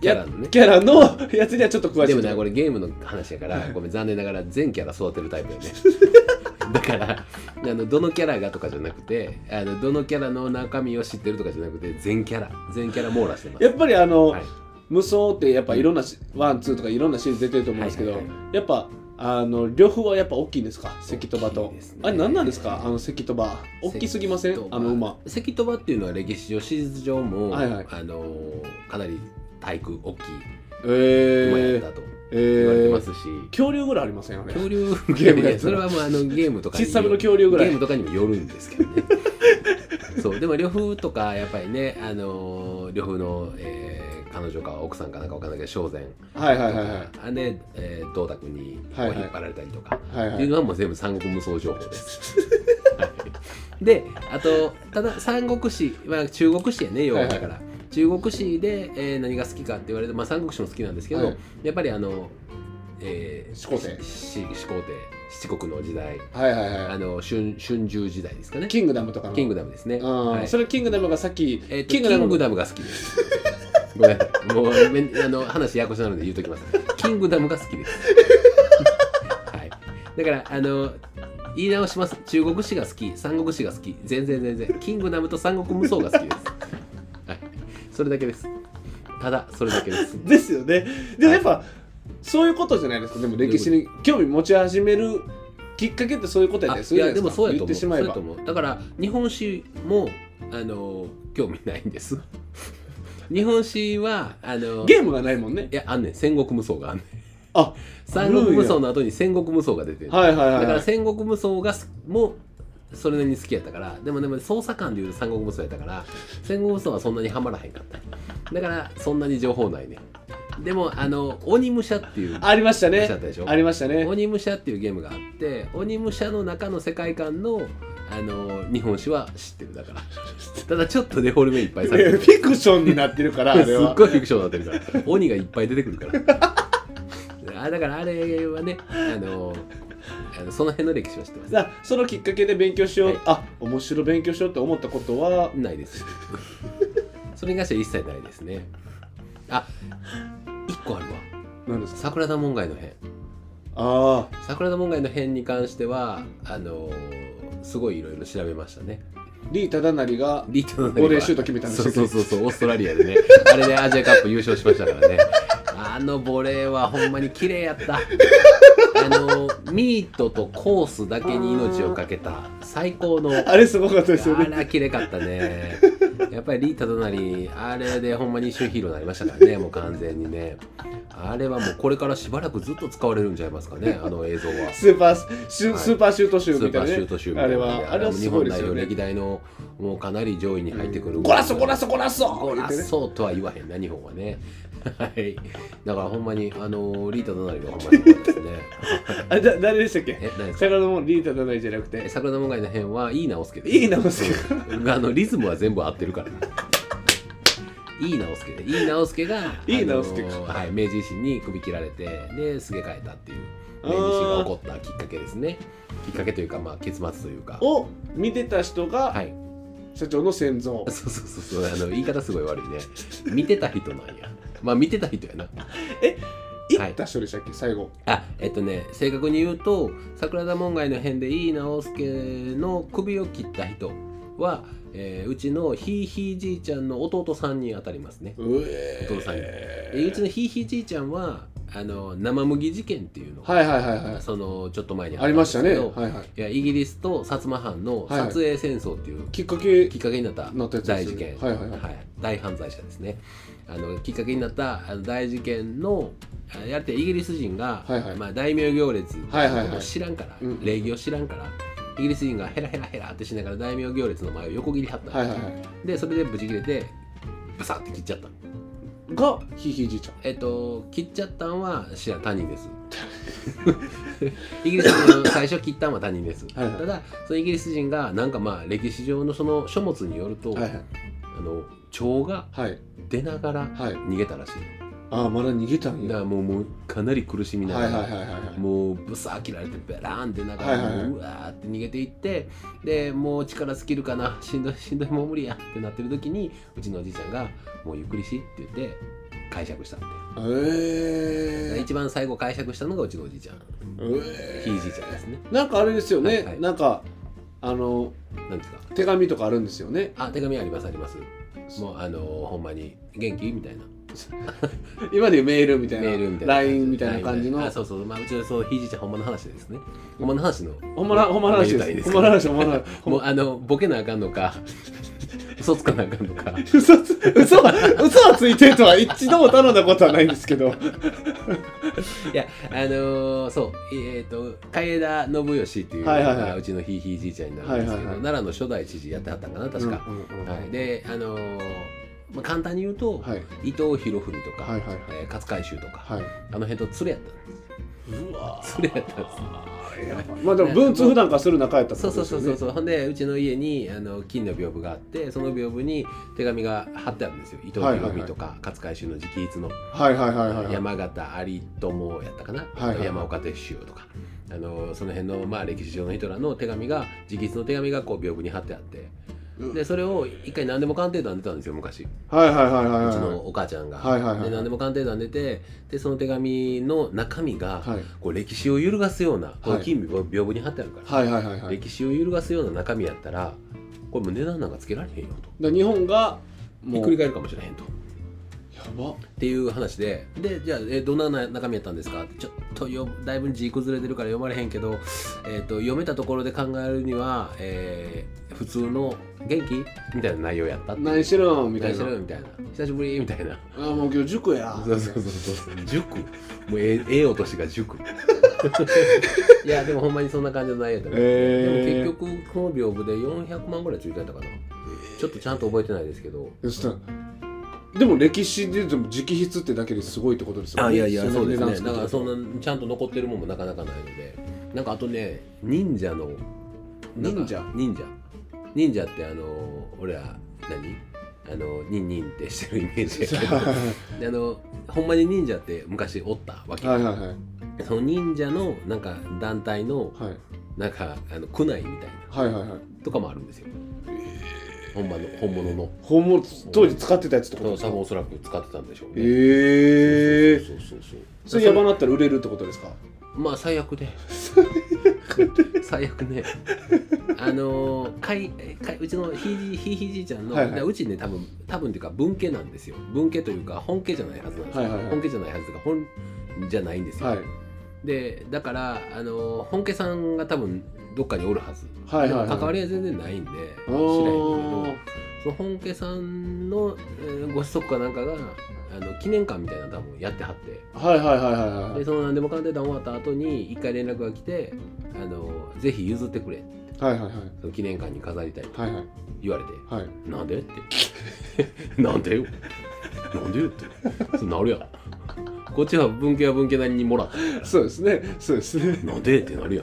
キやャラのね。キャラのやつにはちょっと詳しいでもねこれゲームの話やからごめん残念ながら全キャラ育てるタイプ やねだからあのどのキャラがとかじゃなくてあのどのキャラの中身を知ってるとかじゃなくて全キャラ全キャラ網羅してますやっぱりあの、はい無双ってやっぱいろんなしワンツーとかいろんなシリーズ出てると思うんですけど、はいはいはやっぱあの両方はやっぱ大きいんですか関とば大ときいですねあれ何なんですかあの関とば大きすぎません関戸場あの馬関戸場っていうのは歴史上史実上も、はいはいあのーかなり体育大きえい馬やっーたとえ言われてまー、すし、恐竜ぐらいありませんあれ恐竜ゲームのやついやそれはもうあのゲームとかに小さめの恐竜ぐらいゲームとかにもよるんですけど ねそうでも呂布とかやっぱりねあのー呂布の、えー彼女か奥さんかなんかわかんないけど正然はいとはいはいはいかあれえー、道太君にこうはいはい引っ張られたりとか、はいっはていういのはもう全部三国無双情報です。 はいであとただ三国志、まあ、中国史やね要はだから、中国史で、えー何が好きかって言われて、まあ、三国志も好きなんですけど、はいやっぱりあの、えー、始皇帝し始皇帝七国の時代はいはいあはの春春秋時代ですかねいキングダムとかのキングダムですね、あーはいそれキングダムがさっき、えーとキキングダンムグダムが好きです。ごめんなさい。もうめんあの話ややこしなので言うときます。キングダムが好きです。はい。だからあの言い直します中国史が好き三国史が好き全然全然キングダムと三国無双が好きですはいそれだけですただそれだけです ですよねでもやっぱ、そういうことじゃないですかでも歴史に興味持ち始めるきっかけってそういうことやあねいやでもそうや言っと思うてしまそうえやばと思うだから日本史もあの興味ないんです日本史はあのゲームがないもんねいやあんねん戦国無双があんねんあ三国無双の後に戦国無双が出てる、はいはいはいだかはらい戦国無双がすもそれなりに好きやったからでもでも捜査官でいうと三国無双やったから戦国無双はそんなにはまらへんかっただからそんなに情報ないねでもあの鬼武者っていうありました武者ねだったでしょありましたね鬼武者っていうゲームがあって鬼武者の中の世界観のあの日本史は知ってる だからただちょっとデフォルメいっぱいいされ てやフるィクションになってる からあすれっはごいフィクションになってるから鬼がいっぱい出てくるから あだからあれはねあのあのその辺の歴史は知ってますだからそのきっかけで勉強しよう、はいあ面白い勉強しようって思ったことはないです。それに関しては一切ないですね。あ、一個あるわ。何ですか桜田門外の変。あ桜田門外の変に関しては、あのーすごいいろいろ調べましたね。あリー・タダナリがリートのボレーシュート決めたんでそすうよそうそうそう、オーストラリアでね。あれでアジアカップ優勝しましたからね。あのボレーはほんまに綺麗やった。あのーミートとコースだけに命をかけた最高のあれすごかったですよあねら綺麗かったねやっぱりリータとなりあれでほんまに一瞬ヒーローになりましたからねもう完全にねあれはもうこれからしばらくずっと使われるんじゃいますかねあの映像はスーパーシュ、はいスーパーシュート集スみーパたいなーシュねート集みたあいなれねはあれは日すご本いで代すよ表ね歴代のもうかなり上位に入ってくるゴラッソゴラッソゴラッソゴラ言ッうてねソとは言わへんな日本はね はいだからほんまにあのリータとなりはほんまに良かったですねあれだ誰でしたっけえ何ですか桜のもリー・タダナリじゃなくえて桜の門外の辺はいい直すけどいい直すあのリズムは全部合ってるから。いい直輔で、いい直 輔が、井伊直輔あのはい、明治維新に首切られて、で、すげ替えたっていう。明治維新が起こったきっかけですね。きっかけというか、まあ、結末というか。を見てた人はがい。 社長の先祖そうそうそうそう、あの言い方すごい悪いね。見てた人なんや。まあ、見てた人やな。行った人でしたっけ最後あ、えっとね、正確に言うと、桜田門外の辺で、いい直輔の首を切った人。は、えーうちのひいひいじいちゃんの弟さんにあたりますね。うえお父さんにえーーうちのひいひいじいちゃんはあの生麦事件っていうのが、はいはいはいはいそのちょっと前にありましたねったんですけどはいはいいやイギリスと薩摩藩のはい撮影戦争っていうきっかけきっかけになったなったやつです大よ事ね件、はいはいはい大犯罪者ですねあのきっかけになったあの大事件のあやってイギリス人が、はいはいまあ、大名行列のはいはいはいことを知らんから、うん礼儀を知らんからイギリス人がヘラヘラヘラってしながら大名行列の前を横切りはったの、はいはいはいでそれでブチ切れてブサって切っちゃったのがひいひいじいちゃんえっと、切っちゃったんは知らん他人です。イギリス人の最初切ったんは他人です。はいはいただ、そのイギリス人がなんかまあ歴史上のその書物によると、はいはいあの蝶がはい出ながらはい逃げたらしい。ああまだ逃げたんだやかはらもうもうかなり苦しみいなはがいら、はいはいはいもうブサー切られてベラーンってながら、はいはいはいもううわーって逃げていってでもう力尽きるかなしんどい しんどいもう無理やってなってる時にうちのおじいちゃんが「もうゆっくりし」って言って解釈したって。え一番最後解釈したのがうちのおじいちゃん、ええひいじいちゃんですね。えなんかあれですよはいはねいなんかあのなんですか。手紙とかあるんですよねあ、手紙ありますあります。もうあのーほんまに元気みたいな今でいうメールみたいなメールみたいな LINE みたいな感じのあ、そうそう。まあうちのそうひいじいちゃんほんまの話ですね。ほんまの話の。ほんまなほんまの話ほんま言うたらいでいですすほんまかの話ほんまの話ほん もうまあのボケなあかんのか、 嘘つかなあかんのか。嘘つ嘘は嘘はついてるとは一度も頼んだことはないんですけどいやあのーそうえっ、と楓田信義っていうのはいはいはいうちのひいひいじいちゃんになるんですけど、はいはいはい奈良の初代知事やってはったんかな確か。うんうんうんはい。であのーまあ簡単に言うと、はい伊藤博文とか、はいはいはいえー勝海舟とか、はいあの辺と連れやったんですうわそれやったんですまあでも文通普段からする仲やったってそこうとそうですそよねうそうそうほんでうちの家にあの金の屏風があってその屏風に手紙が貼ってあるんですよ伊藤はいはい博はい文とか、勝海舟の直筆の、はいはいはいはいはい山形有朋やったかな、はいはい山岡鉄舟とかあのその辺の、まあ、歴史上の人らの手紙が直筆の手紙がこう屏風に貼ってあってでそれを一回何でも鑑定団出たんですよ昔うはいはいはいはいはちいのお母ちゃんが、はいはいはいで何でも鑑定団出てでその手紙の中身が、はいこう歴史を揺るがすようなこはうい金屏風に貼ってあるから、はいはいはいはいだか歴史を揺るがすような中身やったらこれもう値段なんかつけられへんよとら日本がひもっうくり返るかもしれへんと。やばっていう話ででじゃあ、えーどんなな中身やったんですかちょっとよだいぶ字崩れてるから読まれへんけど、えー、と読めたところで考えるには、えー普通の元気みたいな内容やったって何してるんみみたたいいななみたいな久しぶりみたいなあもう今日塾やそうそうそうそう塾もうええええ落としが塾 いやでもほんまにそんな感じの内容やった、えでーも結局この屏風で400万ぐらいついてたかなちょっとちゃんと覚えてないですけどそしたらでも歴史で言うと直筆ってだけですごいってことですよねあいやいやそそんうなで値す段ねだからそんなちゃんと残ってるもんもなかなかないのでなんかあとね忍者のなんか忍者忍者忍者ってあの俺ら何あのニンニンってしてるイメージ やけどであのほんまに忍者って昔おったわ け、はいはいはいはいその忍者のなんか団体のはいなんかあの区内みたいはいはいはいなとかもあるんですよ、ほんまの本物の本物当時使ってたやつって多こと分ですかおそらく使ってたんでしょうねええー、そうそうそうそうそうそれやばなったら売れるってことですかまあ最悪で最悪ねあのーかいかいうちのひいじひいひいじいちゃんの、はいはいうちね多分多分というか文家なんですよ文家というか本家じゃないはずなんですよ、はいはいはい本家じゃないはずとか本じゃないんですよ、はいでだから、あのー本家さんが多分どっかにおるはず、はいはいはいでも関わりは全然ないんで知あらへんけどーその本家さんの、えーご子息かなんかがあの記念館みたいなの多分やってはってはいはいはいはいはいでその何でも鑑定団終わった後に一回連絡が来て「あのぜひ譲ってくれはいはいはい」その記念館に飾りたいとはいはい言われてはい「なんで?」って「 なんでよなんでよ」ってそうなるやんこっちは文系は文系なりにもらってそうですねそうですね「なんで?」ってなるや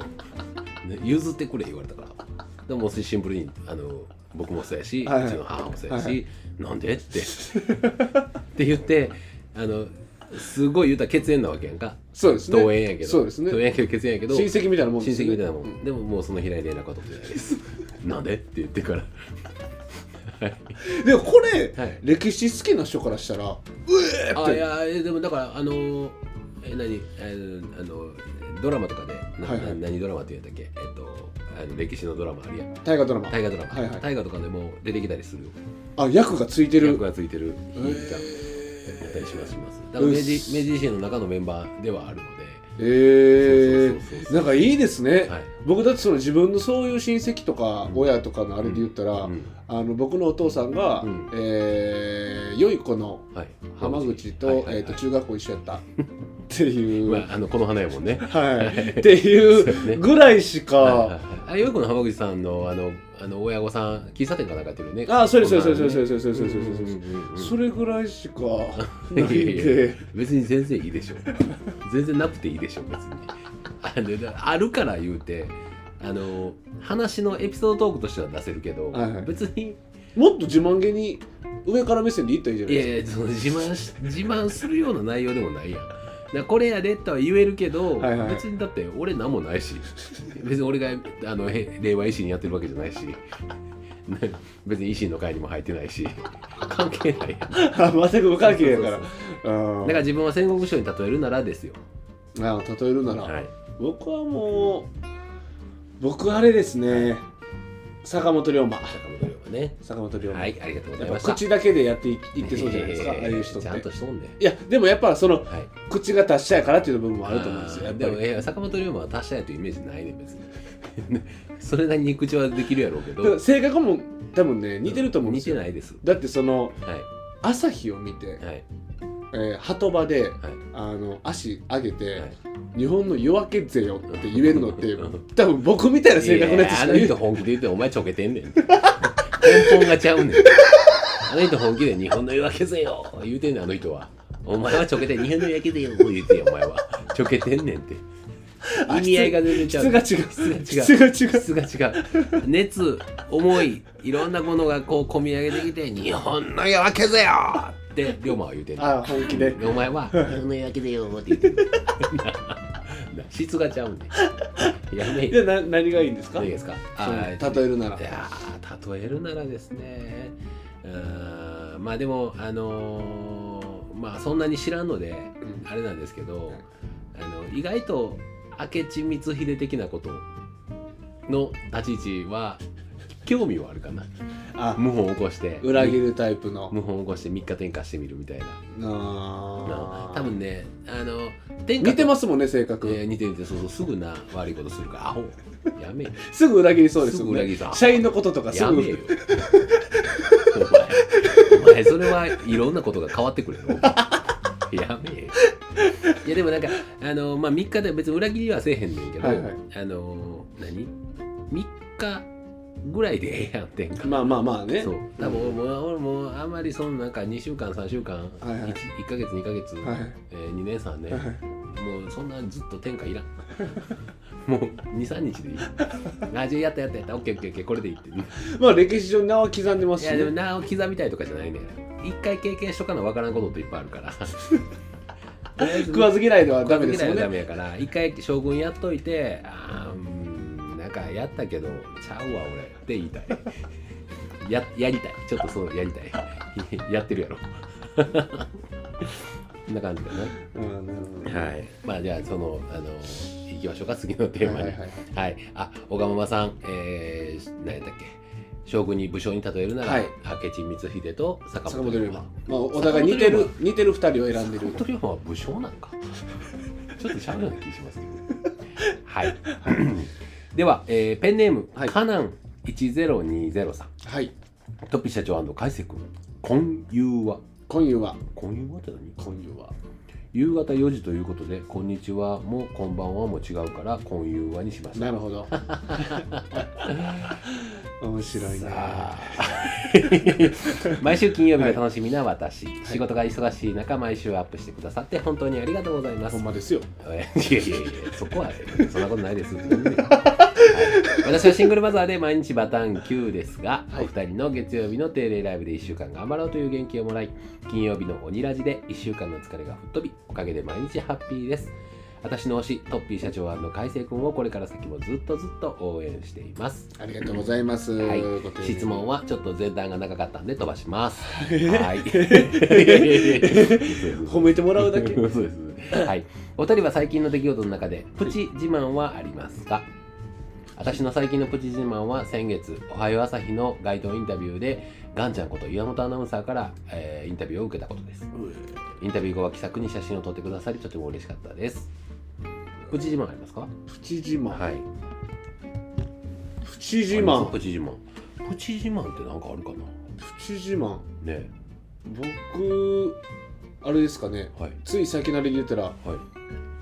ん、ね、譲ってくれ言われたからでもシンプルにあの僕もそうやし、はいはいうちの母もそうやし「はいはなんで?」ってって言ってあのすごい言うたら血縁なわけやんかそうですね同縁やけどそうですね同縁やけど血縁やけど親戚みたいなもん親ですね戚みたいなもん、でももうその日以来連絡は取ってないですなんでって言ってからでもこれ、はい歴史好きな人からしたら あい やえでもだからあのーえ何えーあのドラマとかで、なはいはいな何ドラマって言うんだっけえっとあの歴史のドラマあるやん大河ドラマ大河ドラマ、はいはい大河とかでも出てきたりするよあ役がついてる役がついてるえヒーちゃんやったりしまーすしますだから明治う明っ治維新の中のメンバーではあるのでえそうそうそうそーうなんかいいですね、はい僕だってその自分のそういう親戚とかうん親とかのあれで言ったら、うんあの僕のお父さんが、うんえー良い子のはい、浜口と,、はいはいはいえー、と中学校一緒 やったっていう、まあ、あのこの花やもんねはい、っていうぐらいしか、はいはいはいあよくの浜口さんのあのあの親御さん喫茶店かなんかやってるよね。ああそれそれそこんれなそのねれそれそれそれそれそれそれうんうんうんそれぐらいしかないいやんいやで別に全然いいでしょう。全然なくていいでしょう別に。あのだあるから言うてあの話のエピソードトークとしては出せるけど、はいはい別にもっと自慢げに上から目線で言ったらいいじゃないいやでいやその自慢し自慢するような内容でもないやん。だからこれやでとは言えるけど、はいはい別にだって俺なんもないし別に俺があのへ令和維新やってるわけじゃないしな別に維新の会にも入ってないし関係ないやんすか 全く無関係やからそうそううそんうだから自分は戦国武将に例えるならですよ、ああ例えるなら、はい、僕はもう僕あれですね坂本龍馬坂本龍馬ね坂本龍馬、はいありがとうございやまっしぱた口だけでやっていいってそうじゃないですか、えーああいう人っちゃんてとしとんねいやでもやっぱそのはい口が達者やからっていう部分もあると思うんですよあやっーぱでもりいや坂本龍馬は達者やというイメージないね別に それなりに口はできるやろうけだかどら性格も多分ね似てると思うんですよ似てないですだってそのは朝日を見てい、はいえー、鳩場で、はいあの足上げて、はい日本の夜明けぜよって言えるのって多分僕みたいな性格のやつしいかやあの言人う本気で言ってお前ちょけてんねん根本がちゃうねんあの人本気で日本の夜明けぜよ言うてんねんあの人はお前はちょけて日本の夜明けぜよ言うてんお前はちょけてんねんって意味合いが全然ちゃう質が違う質が違う質が違う質が違う熱思いいろんなものがこう込み上げてきて日本の夜明けぜよって龍馬は言うてんねん あ本気でお前は「夜の夜明けでよ」って言ってる な質がちゃうねんやめいでな何がいいんですかいいですかそのあー例えるならいやー例えるならですねうーんまあでもあのーまあそんなに知らんのでんあれなんですけど、あの意外と明智光秀的なことの立ち位置は興味はあるかなあ謀反を起こして裏切るタイプの謀反を起こして3日転化してみるみたいなあなー多分ねあの転似てまますもんね性格、似てる似てるそうそうすぐな悪いことするからアホ やめえすぐ裏切りそうですすもんぐ裏ね切りさ社員のこととかすやめえよぐお前お前それはいろんなことが変わってくるよやめえよいやでもなんかあのまあ3日で別に裏切りはせえへんねんけど、はいはいあの何3日ぐらいでええやんってんかまあまあまあねそう多分俺もう俺もうあんまりそのなんか2週間3週間、一はいはい1か月2か月、はいえー、2年3年、はいもうそんなずっと天 下いらんもう23日でいいあじゃあやったやったやったオッケーオッケーオッケーこれでいいっていまあ歴史上に名は刻んでますしやねでも名を刻みたいとかじゃないね一回経験しとかなわからんことっていっぱいあるから 食わず嫌いでは食ダわメずです嫌いもはんダねメやから一回将軍やっといてあーうーんなんかやったけどちゃうわ俺って言いたい ややりたいちょっとそうやりたい やってるやろこんな感じかうんなるほどなはいまあじゃあそのあのいきましょうか次のテーマにははいい、はいあ小川マさんえー、何やったっけ将軍に武将に例えるなら、はい明智光秀と坂坂本本龍龍馬馬まあお互い似てる似てる二人を選んで坂る本龍馬は武将なんか ちょっとちゃうような気しますけど はい では、えーペンネーム、はいカナン1020さんはいトッピー社長海瀬君婚友は今夜は婚友はって何今夜は夕方4時ということで「こんにちは」も「こんばんは」も違うから「婚友は」にしましたなるほ ど面白いなさあ 毎週金曜日が楽しみな私、仕事が忙しい中毎週アップしてくださって本当にありがとうございますほんまですよえいやいやいや、そこは、そんなことないです。はい私はシングルマザーで毎日バタン Q ですが、はいお二人の月曜日の定例ライブで1週間頑張ろうという元気をもらい、金曜日の鬼ラジで1週間の疲れが吹っ飛び、おかげで毎日ハッピーです。私の推し、トッピー社長海星君をこれから先もずっとずっと応援しています。ありがとうございます、はいご丁寧に質問はちょっと前段が長かったんで飛ば します。はい。 褒めてもらうだ けそうです。はい。お二人は最近の出来事の中でプチ自慢はありますか？私の最近のプチ自慢は先月おはよう朝日の街頭インタビューでガンちゃんこと岩本アナウンサーから、えーインタビューを受けたことです。インタビュー後は気さくに写真を撮ってくださりとても嬉しかったです。プチ自慢ありますか？プチ自慢、はい。プチ自あります慢プチ自慢。プチ自慢ってなんかあるかな？プチ自慢ね僕あれですかねはいつい先なりで言ったらはい。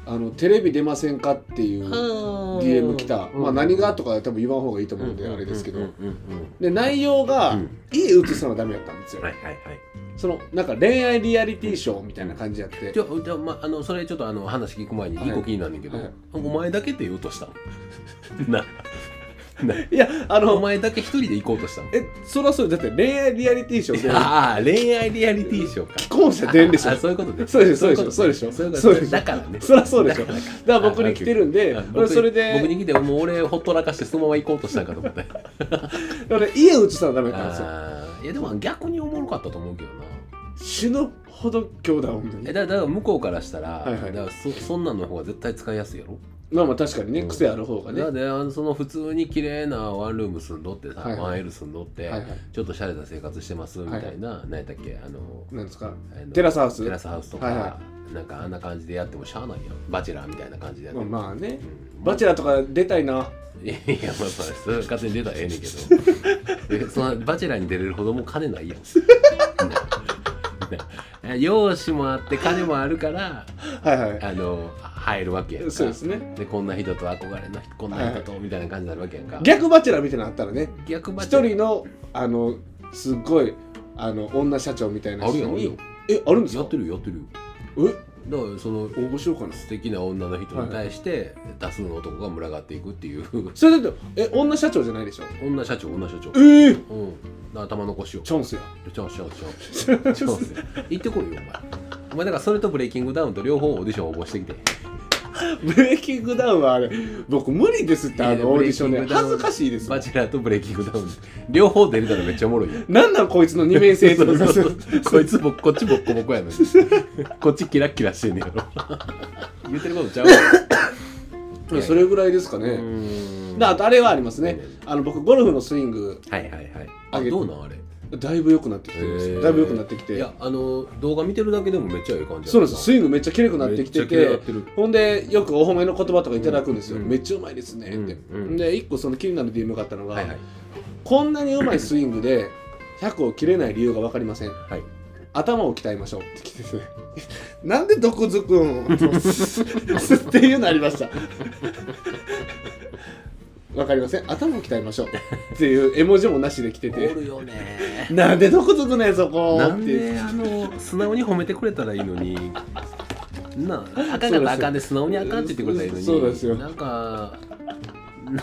あのテレビ出ませんかっていう DM 来た、まあ、何がとか多分言わん方がいいと思うんであれですけど、うんうんで内容が、うんうん家映すのはダメだったんですよ、はいはいはい。そのなんか恋愛リアリティショーみたいな感じやって、じゃあじゃあまああのそれちょっとあの話聞く前にはい一個気になんねんけど、はいお前だけって言おうとしたの。 な。いやあおの前だけ一人で行こうとしたの。えそらそうだって恋愛リアリティショーで ああ恋愛リアリティショーか。既婚者出るでしょあそういうことね。そうでしょそうでしょそういうことねそうそういうこでとねしょだからね。 そらそうでしょだからだから僕に来てるんであ俺僕それ僕でに来てもう俺ほっとらかしてそのまま行こうとしたんかと思って。俺家映すのはダメだったんですよああいやでも逆におもろかったと思うけどな。死ぬほど強打音えだだから向こうからしたら、はいはいだからそそんなんの方が絶対使いやすいやろ。まあまあ確かにねうん癖ある方がねだはっいてあのその普通に綺麗なワンルーム住んどってさ、はいはい 1L 住んどって、はいちょっと洒落た生活してますみたいな、何やったっけあのなんですかあのテラスハウステラスハウスとか、はいはなんかあんな感じでやってもしゃあないやんバチェラーみたいな感じでやってまあも、まあねうんバチェラーとか出たいないや いやまあまあそれ勝手に出たらええねん けどえそのバチェラーに出れるほどもう金 ないやんな容姿もあって金もあるからはいはあの入るわけやんいかそうですねでこんな人と憧れの人こんな人と、みたいな感じになるわけやんか逆バチェラーみたいなのあったらね逆バチェ一ラー人のあのすっごいあの女社長みたいなある人よあるよにえあるんですやかってるよやってるよえだからその応募しようかな素敵な女の人に対して多数の男が群がっていくっていう それだってえ女社長じゃないでしょ女社長女社長ええうんだから玉残しよチャンスやうちゃうちゃう ちゃうちゃうっすよ行ってこいよお前お前だからそれとブレイキングダウンと両方オーディション応募してきてブレイキングダウンはあれ僕無理ですってあいやのオーディションブレでイキングダウン恥ずかしいですバチェラーとブレイキングダウン両方出れたらめっちゃおもろい やんなんなんこいつの二面性とかそうそ うそう こいつぼこっちボッコボコ やのにこっちキラッキラしてんねや ろ言ってることちゃ うわうんそれぐらいですかうねーんであとあれはありますねあの僕ゴルフのスイングはいはいはいああげどうなんあれだいぶ良くなってきてまへすーだいぶ良くなってきいてやあの動画見てるだけでもめっちゃいい感じそうなんですスイングめっちゃ綺麗くグなってきてめっちゃ嫌いやてってるほんでよくお褒めの言葉とかいただくんですよ、うんめっちゃうまいですねって、うんうんで一個その気になる DM があったのが、はいはいこんなにうまいスイングで100を切れない理由が分かりません、い頭を鍛えましょうって来て ですねなんで毒づくんっていうのありました 分かりません頭を鍛えましょうっていう絵文字もなしで来ててるよねなんで毒づくねんそこ なっんていうであの素直に褒めてくれたらいいのに なああかんそうですかったらあかんで素直にあかんって言ってくれたらいいのにそうですよなんか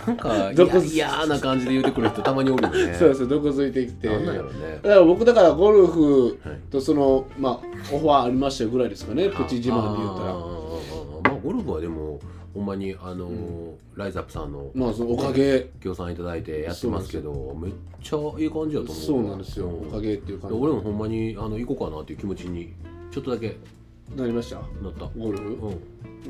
なんかどこいや嫌な感じで言ってくる人たまにおるよねそうですよ毒づいてきてなんなんやだろねから僕だからゴルフはいとそのまあオファーありましたよぐらいですかねプチ自慢で言ったあーらまあゴルフはでもほんまにあのーライズアップさんのまあそのおかげ協賛いただいてやってますけどめっちゃいい感じだと思うそうなんですよんおかげっていうで感じ俺もほんまにあの行こうかなっていう気持ちにちょっとだけなりましたなった、うゴルフん、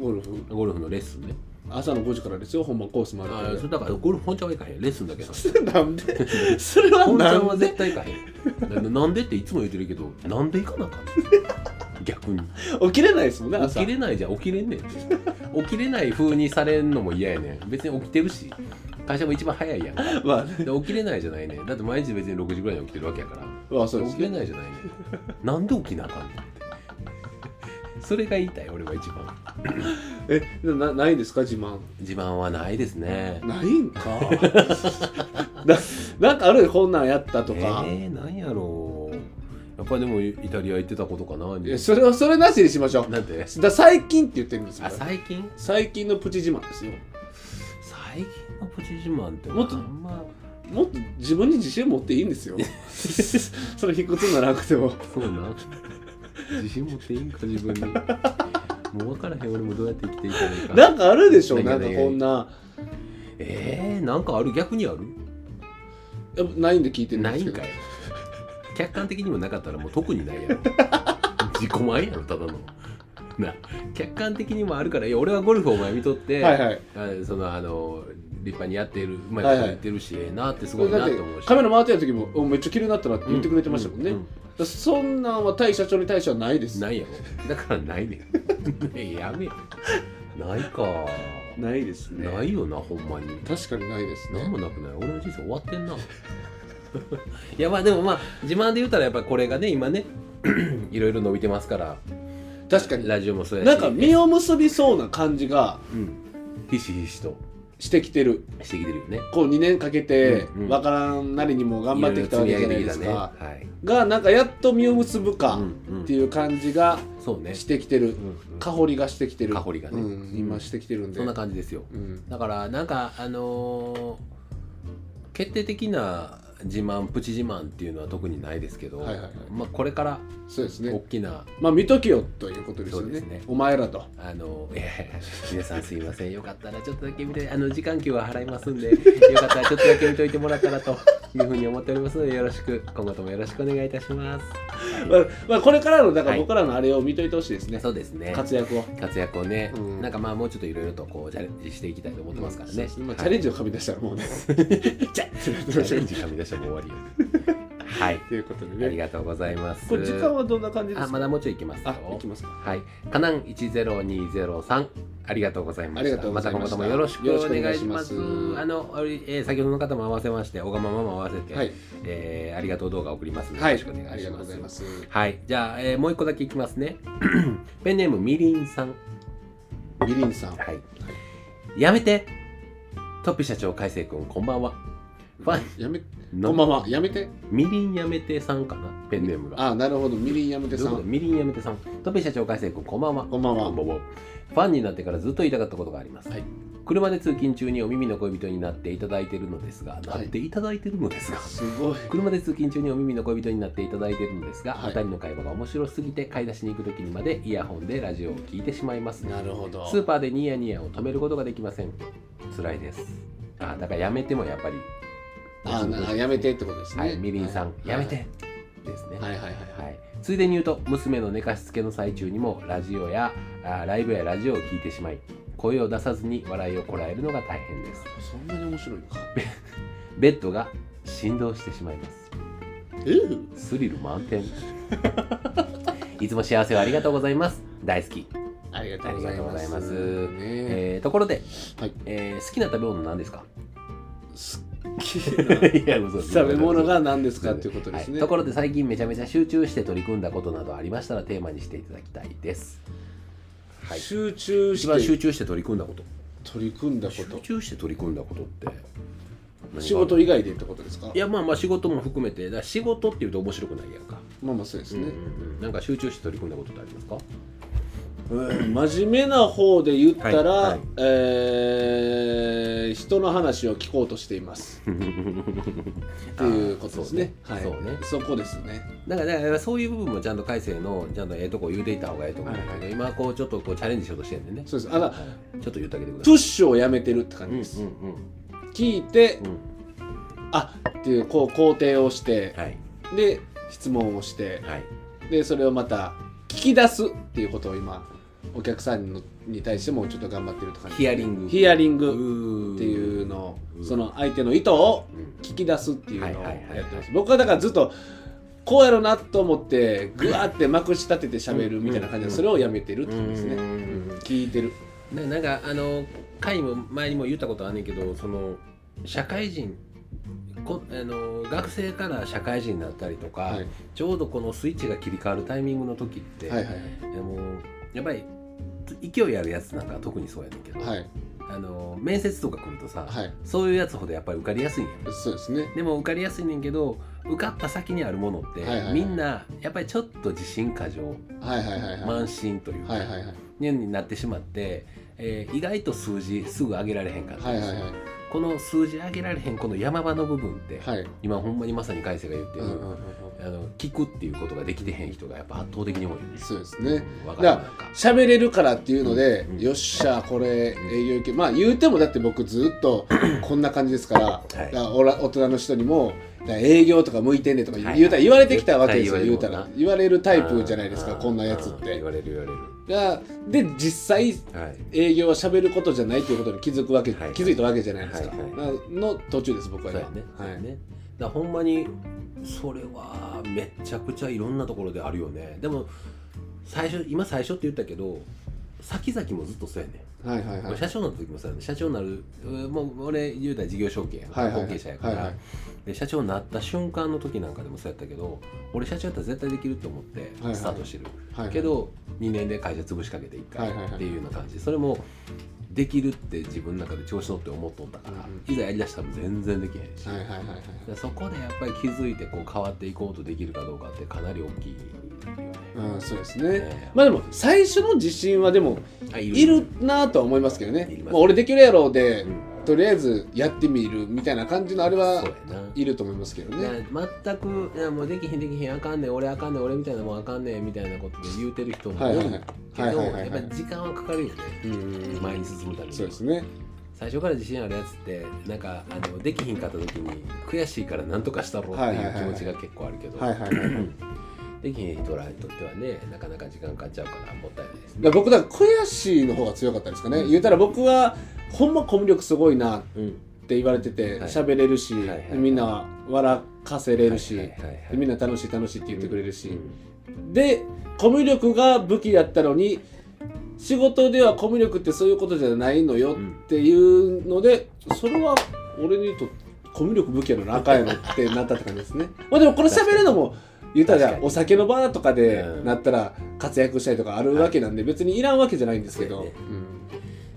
ゴルフゴルフのレッスンね朝の5時からですよ本番コースまであーそれだからゴルフ本ちゃんは行かへんレッスンだけななんでそれは本ち なゃんはんで絶対行かへんななんでっていつも言ってるけどなんで行かなあかんの 逆に起きれないですもんね起朝きれないじゃん起きれんねんって起きれない風にされんのも嫌やねん別に起きてるし会社も一番早いやんかまあねで起きれないじゃないねんだって毎日別に6時ぐらいに起きてるわけやからまあそうで起すきれねないじゃないねんなんで起きなあかんねんってそれが言いたい俺は一番えなないですか自慢自慢はないですねないんか ななんかあるこんなんやったとか、えー、なんやろうやっぱでもイタリア行ってたことかないやそれはそれなしにしましょうなんてだ最近って言ってるんですよあ最近最近のプチ自慢ですよ最近のプチ自慢ってもっとあんまもっと自分に自信持っていいん ですよそれ卑屈にならなくてもそうなん。自信持っていいんか自 分に。もう分からへん俺もどうやって生きていけばいいか。なんかあるでしょなんかないこんなえー、なんかある逆にある？やっぱないんで聞いてるんなでいすけんどかい。 客観的にもなかったらもう特に ないやろ。自己満やろただの。な客観的にもあるからいや俺はゴルフをお前見とって、はいはいあそのあの立派にやってるうまいこと言ってるし、ええなってすごいだなっとて思うし。カメラ回ってた時もおめっちゃ綺麗になったなって言ってくれてましたもんね、ううそんなんは対社長に対してはないです。ないやろ。だからない ねん。ねやめ。ないか。ないですないよなほんまに確かにないです何ね。もなく ない俺の人生終わってんないやまあでもまあ自慢で言うたらやっぱりこれがね今ね いろいろ伸びてますから確かに。ラジオもそうやしなんか実を結びそうな感じがうんひしひしとしてきてる。してきてるよねこう2年かけてうんうんわからんなりにも頑張ってきたわけじゃないですろろ積か。み上げてきがなんかやっと実を結ぶたかねはい、うんうんっていう感じがそうねしてきてるう。んうん香りがしてきてる。香りがねうん今してきてるんで。そんな感じですようんだからなんかあのー決定的な自慢プチ自慢っていうのは特にないですけど、はいはいはいまあ、これからそうです大ね。きなまあ見とけよということですよそうねですね。お前らと。あの、いやいや皆さんすいません。よかったらちょっとだけ見て、あの、時間給は払います んで、よかったらちょっとだけ見といてもらったらというふうに思っておりますので、よろしく、今後ともよろしくお願いいたします。まあまあこれからのだからはい僕らのあれを見といてほしいですね。そうですね。活躍を。活躍をね、うんなんかまあもうちょっといろいろとこうチャレンジしていきたいと思ってますからね。まあ、チはャいレンジをかみ出したらもうね。 チャレンジかみ出したらもう終わりよ。はい。ということあでりね。がとうございます。これ時間はどんな感じであ、すかまだもうちょい行きますよ。あ、行きますか。はい、カナン一ゼロ二ゼロ三。ありがとうございまありしがた。とうごまざたいました今後ともよろしくよろおしくお願願いいししまますす。あの、おりえー先ほどの方も合わせまして、小川ママも合わせて、はい。えーありがとう動画を送りますので、はい。よろしくお願あいりしがとうごます。ざいます。はい、じゃあ、えーもう一個だけいきますね。 ペンネームみりんさん。みりんさん。はい。やめて。トッピ社長、海星君、こんばんは。ファやめ、ンこんばんは。やめて。みりんやめてさんかな、ペンネームが。あ、なるほど。みりんやめてどうさいうことん。みりんやめてさん。トペ社長、海星君、こんばんは。こんばんはこんばんは。ファンになってからずっと言いたかったことがあります。はい車で通勤中にお耳の恋人になっていただいてるのですが、なっていただいてるのですが、すごい 車で通勤中にお耳の恋人になっていただいているのですが、はい二人の会話が面白すぎて買い出しに行く時にまでイヤホンでラジオを聞いてしまいますなるほどスーパーでニヤニヤを止めることができません辛いですあだからやめてもやっぱりあなやめてってことですねはいみりんさん、はいやめてですね、はいはいはいははいい、ついでに言うと娘の寝かしつけの最中にもラジオやあライブやラジオを聞いてしまい声を出さずに笑いをこらえるのが大変ですそんなに面白いのかベッドが振動してしまいますえスリル満 点いつも幸せをありがとうございます大好き、ありがとうございますねえーところで、はいえー好きな食べ物何ですか好き ないや嘘食べ物が何ですかっていうことですはいね、ところで最近めちゃめちゃ集中して取り組んだことなどありましたらテーマにしていただきたいですはい集中一番し集て中して取り組んだこと取り組んだこ集と中して取り組んだことって何が仕事以外でってことですかいやまあまあ仕事も含めてだから仕事っていうと面白くないやんか、まあまあそうですうんうね、んうんなんか集中して取り組んだことってありますかうん真面目な方で言ったら、はいはいえー人の話を聞こうとしてい ますっていうことですねあーそうねはい、そうねそこですねだからだからそういう部分もちゃんと改正のちゃんとええとこ言うていった方がええと思うんだけど、はいは今こうちょっとこうチャレンジしようとしてるんでねそうですあだはいちょっと言ってあげてくださプいッシュをやめてるって感うんじうんです、うん聞いてうんあっていうこう肯定をしてはいで質問をしてはいでそれをまた聞き出すっていうことを今お客さんに対してもちょっと頑張ってるって感じヒアリングヒアリンググっていうのうんその相手の意図をうん聞き出すっていうのをはいやはっいてはいまはす、い僕はだからずっとこうやろうなと思ってぐわってまくし立てて喋るみたいな感じうんでそれをやめてるってことですね、うんうん聞いてるななんかあの回も前にも言ったことあんねんけどその社会人こあの学生から社会人になったりとか、はいちょうどこのスイッチが切り替わるタイミングの時って、はいはいでもやっぱり勢いあるやつなんか特にそうやねんけど、はいあの面接とか来るとさ、はいそういうやつほどやっぱり受かりやすいんやんそうですねでも受かりやすいねんけど受かった先にあるものって、はいはいはいみんなやっぱりちょっと自信過剰、はいはいはいはいはい慢心というか、はいはい年になってしまって、えー意外と数字すぐ上げられへんかったはんいですよ、はいはいこの数字上げられへんこの山場の部分って、はい今ほんまにまさに海星が言ってうる、んうんうんうんあの聞くっていうことができてへん人がやっぱ圧倒的に多いよね。そうですねうんわかるなんか喋れるからっていうので、うんよっしゃこれ営業行けまあ言うてもだって僕ずっとこんな感じですから,、はいおら大人の人にもだから営業とか向いてんねとか言,、はい言うたら言われてきたわけですよ絶言対うた言われるもんらな言われるタイプじゃないですかあーこんなやつっあーて言われる言われる。がで実際はい。営業は喋ることじゃないっていうことに気づくわけ、はい気づいたわけじゃないですか、はいはいなの途中です僕はそうや今ね。そうはやいね。だからほんまにそれはめちゃくちゃいろんなところであるよね。でも最初今最初って言ったけど先々もずっとそうやね。はいはいはい社長になった時もさ社長になるうーもう俺言うたら事業承継やんはいはいはい後継者やから、はいはいで社長になった瞬間の時なんかでもそうやったけど俺社長やったら絶対できると思ってはいはいスタートしてる、はいけど2年で会社潰しかけて1回はいはいはいっていうような感じ、それもできるって自分の中で調子乗って思っとったから、うんいざやりだしたら全然できへんし、はいはいはいはいでそこでやっぱり気づいてこう変わっていこうとできるかどうかってかなり大きいよね。うんそうですねねまあでも最初の自信はでもあいるなとは思いますけどねいり、ますまあ、俺できるやろうで、うんとりあえずやってみるみたいな感じのあれはそうやないると思いますけどね。ね全くいやもうできへんできへんあかんねん俺あかんねん俺みたいなもんあかんねんみたいなことで言うてる人もは多いいはいけはどいやっはいはいはいはぱい時間はかかるよねうんうんうん前に進むためにそうですね。最初から自信あるやつってなんかあのできひんかった時に悔しいからなんとかしたろうってはいいはいはうい気はい持ちが結構あるけどはいはいはい。だかできへん人らにとってはねなかなか時間かかっちゃうからもったいないですねら僕だから悔しいの方が強かったですかね。言うたら僕はほんまコミュ力すごいなっうんて言われててはい喋れるし、はいはいはいみんな笑かせれるし、はいはいはいはいでみんな楽しい楽しいって言ってくれるし、うんでコミュ力が武器やったのに仕事ではコミュ力ってそういうことじゃないのよっていうので、それは俺にとってコミュ力武器やのなあかんやろってなったって感じですね。まあでもこれ喋るのも言うたらじゃあ確かにお酒のバーとかでうんなったら活躍したりとかあるわけなんで別にいらんわけじゃないんですけど、そうやね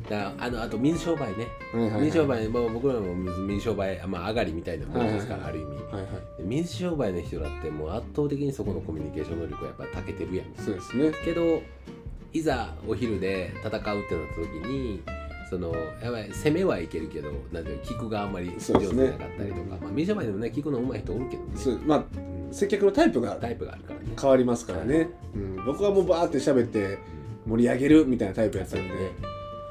だからあのあと水商売ねうんはいはいはい水商売もう僕らも水水商売まあ上がりみたいなもんですかはらある意味はいはいで水商売の人だってもう圧倒的にそこのコミュニケーション能力はやっぱ長けてるやんそうですねけどいざお昼で戦うってなった時にそのやばい攻めはいけるけどなんていうの聞くがあんまりそう上です手じねゃなかったりとか、まあ、ミジャマでもね聞くの上手い人おるけどねそうまあうん接客のタイプがタイプがあるからね変わりますからね、うん、僕はもうバーって喋って盛り上げるみたいなタイプやったんで、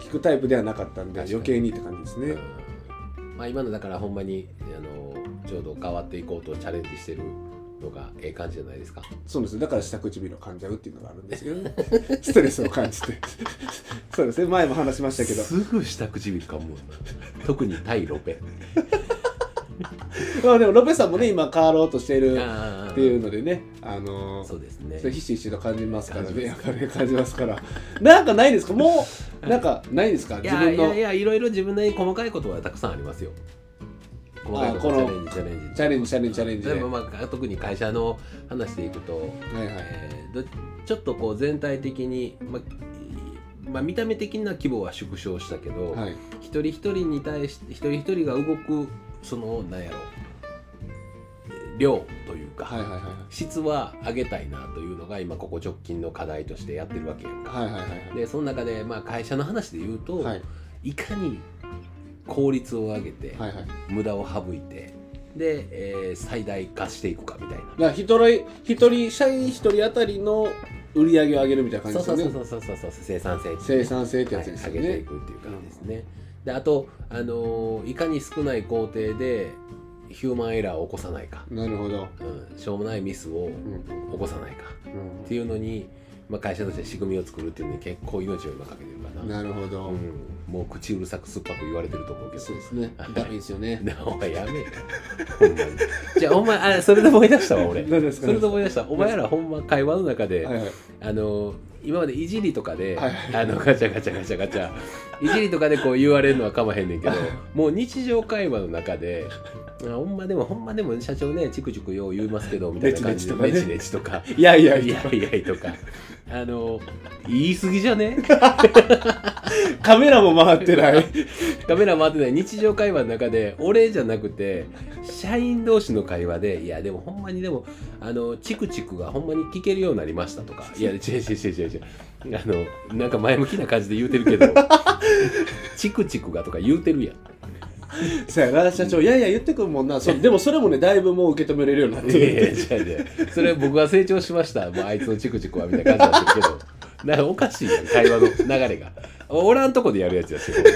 聞くタイプではなかったんで確かに余計にって感じですうんね、まあ、今のだからほんまにあのちょうど変わっていこうとチャレンジしてるのがええ感じじゃないですかそうですだから下唇を噛んじゃうっていうのがあるんですけど ねストレスを感じて そうですね前も話しましたけどすぐ下唇かもう特に対ロペまあでもロペさんもね今変わろうとしているっっていうのでねあのーそうですねそれひしひしと感じますから感じねやまっすぱり感じますからなんかないですかもうはいなんかないですかい自や分いのやいやいろいろ自分なりに細かいことはたくさんありますよ細かあいことチこのャレンジチャレンジチャレンジチャレンジチャレンジで例えば、まあ、特に会社の話でいくと、はいはいえーどちょっとこう全体的に、まあまあ、見た目的な規模は縮小したけど、はい一人一人に対して一人一人が動くそのなんやろえー量というか、はいはいはい質は上げたいなというのが今ここ直近の課題としてやってるわけやんか。はいはいはいでその中で、まあ、会社の話で言うと、はいい、かに効率を上げて、はいはいだか無駄を省いてで、えー最大化していくかみたいな。ら一人一人社員一人当たりの売り上げを上げるみたいなそ感うじそうですそようねそうそうそう生産性生産性ってやつですはい、よ上げていねくっていう感じですね。であと、あのーいかに少ない工程でヒューマンエラーを起こさないか、なるほどうん、しょうもないミスをうん起こさないかうんっていうのに、まあ、会社として仕組みを作るっていうのに結構命を今かけてるかななるほど、うん、もう口うるさく酸っぱく言われてると思うけどそうですねはいダメですよねなお前やめえほんまにじゃあお前あそれで思い出したわ俺何ですかそれで思い出したお前らほんま会話の中で、はいはいあの今までいじりとかで、はいあのガチャガチャガチャガチャいじりとかでこう言われるのはかまへんねんけどもう日常会話の中で「あほんまでもほんまでも社長ねチクチクよう言いますけど」みたいな感じで「ネねチちねネち」とかいやい「いややいいややいや」とかあの言い過ぎじゃねカメラも回ってない カメラ回ってない日常会話の中で俺じゃなくて社員同士の会話で「いやでもほんまにでもあのチクチクがほんまに聞けるようになりました」とか「いや違う違う違う違う違うあのなんか前向きな感じで言うてるけど 「チクチクが」とか言うてるやんそうやな社長いやいや言ってくるもんなそうでもそれもねだいぶもう受け止めれるようになっいやいやて違う違うそれは僕は成長しました、まあ、あいつのチクチクはみたいな感じだったけどなんかおかしいやん会話の流れがおらんとこでやるやつやしこれ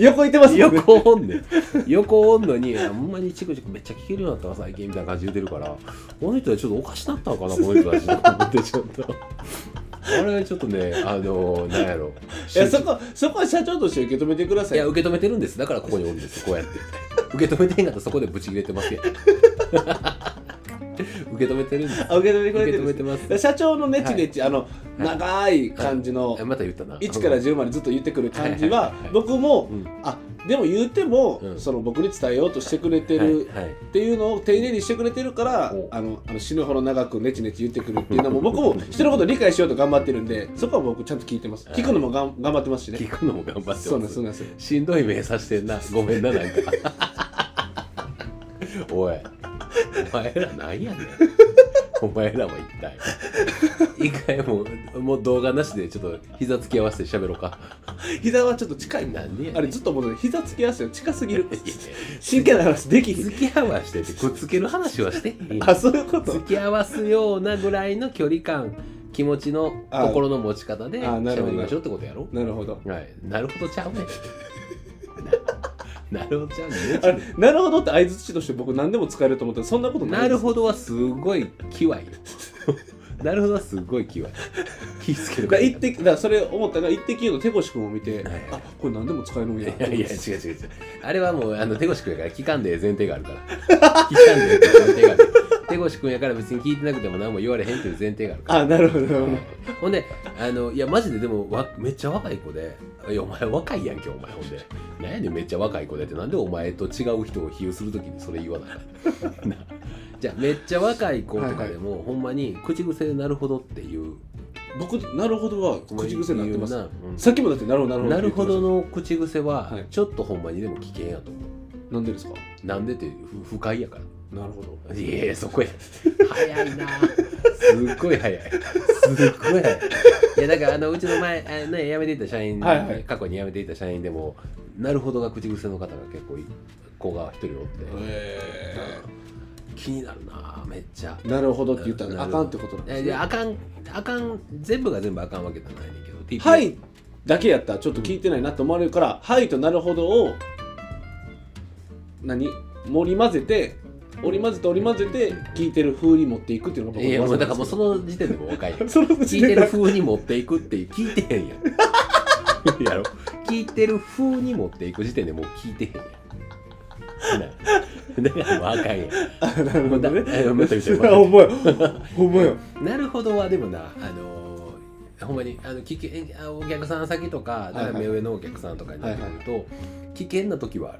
横いて ますよね横おんねん横おんのにあほんまにチクチクめっちゃ聞けるようになったわ最近みたいな感じ言うてるからこの人はちょっとおかしなったの かなこの人たちと思ってちょっとあれはちょっとねあのなんやろいやそこそこは社長として受け止めてくださいいや受け止めてるんですだからここにおるんですこうやって受け止めてへんかったらそこでブチ切れて ますよ受け止めてるんですあ受け止めてく受れけて止めるてます社長のネチネチ、あの長い感じのあまた言ったな1から10までずっと言ってくる感じはいははいはい僕もうんあでも言うてもうんその僕に伝えようとしてくれてるはいはいっていうのを丁寧にしてくれてるからおあのあの死ぬほど長くネチネチ言ってくるっていうのも僕も人のことを理解しようと頑張ってるんでそこは僕ちゃんと聞いてますはい聞くのもがん頑張ってますしね聞くのも頑張ってますそうなんですそうなんですしんどい目さしてんなごめんななんかおいお前らなんやねんお前らは一体一回もうもう動画なしでちょっと膝つき合わせて喋ろうか膝はちょっと近いもんなんでやねんあれずっと思ってた膝つき合わせが近すぎるいやいや真剣な話できひん付き合わしててくっつける話はしてへんあそういうこと付き合わすようなぐらいの距離感気持ちのあ心の持ち方であなるほど喋りましょうってことやろなるほどはいなるほどちゃうねんななるほどちゃうねんあれなるほどって相槌として僕何でも使えると思ったらそんなことないなるほどはすごいキワい よなるほどはすごいキワい気ぃつけどるだから一滴だからそれ思ったら「イッテ Q!」の手越君を見て、はいはいあこれ何でも使えるんいややいや違う違う違うあれはもうあの手越くんやから聞かんでええ前提があるから 聞かんでええっていう前提がある手越くんやから別に聞いてなくても何も言われへんっていう前提があるからあなるほどなるほど ほんであのいやマジででもわめっちゃ若い子で「いやお前若いやんけお前ほんで何やねんめっちゃ若い子で」ってなんでお前と違う人を比喩するときにそれ言わない なじゃあめっちゃ若い子とかでも、ほんまに口癖で「なるほど」っていう僕「なるほど」は口癖になってます言うなうんさっきもだって「なるほどなるほど」なるほどのの口癖ははいちょっとほんまにでも危険やと思う、なんでですかなんでって不不快やからなるほどいえいえそこへ早いな。すっごい早い。すっごい早い。いやだからあのうちの前あね辞めていった社員、はいはい過去に辞めていった社員でもなるほどが口癖の方が結構い子が一人おって、え気になるなめっちゃ。ー、なるほどって言ったらなあるかほどんってことなんですえいねやあかんあかん全部が全部あかんわけじゃないねんけど。TPO はいだけやったらちょっと聞いてないなと思われるから「はい」と「なるほど」を何盛り混ぜて織り混ぜて織り混ぜて聞いてる風に持っていくっていうのが僕いやもうだからもうそその時点でもう 若い。その聞いてる風に持っていくっていう聞いてへんやん。やろ聞いてる風に持っていく時点でもう聞いてへん やん。なだからもうあかんやん。あなるほどねえーもっと言 ってもっと言ってほんまやほんまやなるほどはでもなあのーほんまにあの危険あお客さん先とかはいはい目上のお客さんとかになってくると、危険な時はある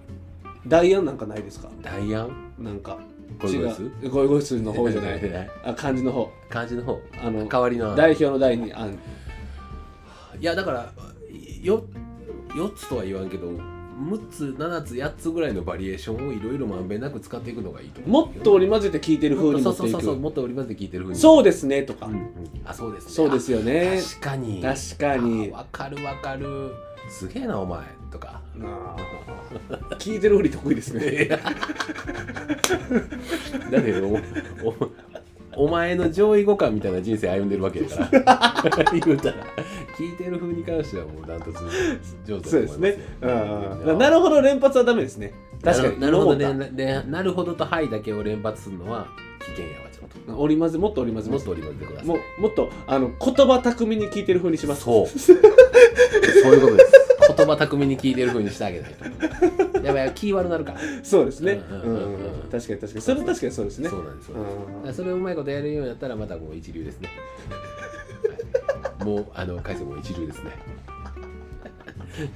ダイアンなんかないですかダイヤンなんかこれです違うゴイゴイスーの方じゃ ないあ漢字の方 感じの方あの代わりの代表の代にあんいやだからよ4つとは言わんけど6つ7つ8つぐらいのバリエーションをいろいろまんべんなく使っていくのがいいと思もうっと織り混ぜて聞いてる風に持そうっそてういそうそうくもっと織り交ぜて聞いてる風にそうですねとかうんうんあそうですねそうですよあね確かに確かにあわかるわかるすげえなお前とかなあ聞いてるふり得意ですね。だけどおお前の上位互換みたいな人生歩んでるわけだから 言うたら聞いてる風に関してはもうダントツ上手だとそうで思いますすね。うんなるほど連発はダメですね。確かに。なるほど思っ。ねねなるほどと「はい」だけを連発するのは危険やわちょった織り交ぜもっと織りと交もっぜと折り混ぜてくだまさす。もいうもっとあの言葉巧みに聞いてるふうにします。 そうそういうことです言葉巧みに聞いてる風にしてあげないとやばい気悪なるから、そうですね。うんううんうんんうん確かに確かにそれは確かにそうですねそ。うなんですよ、うんあそれをうまいことやれるようになったらまたもう一流ですね はいもうあの海鮮も一流ですね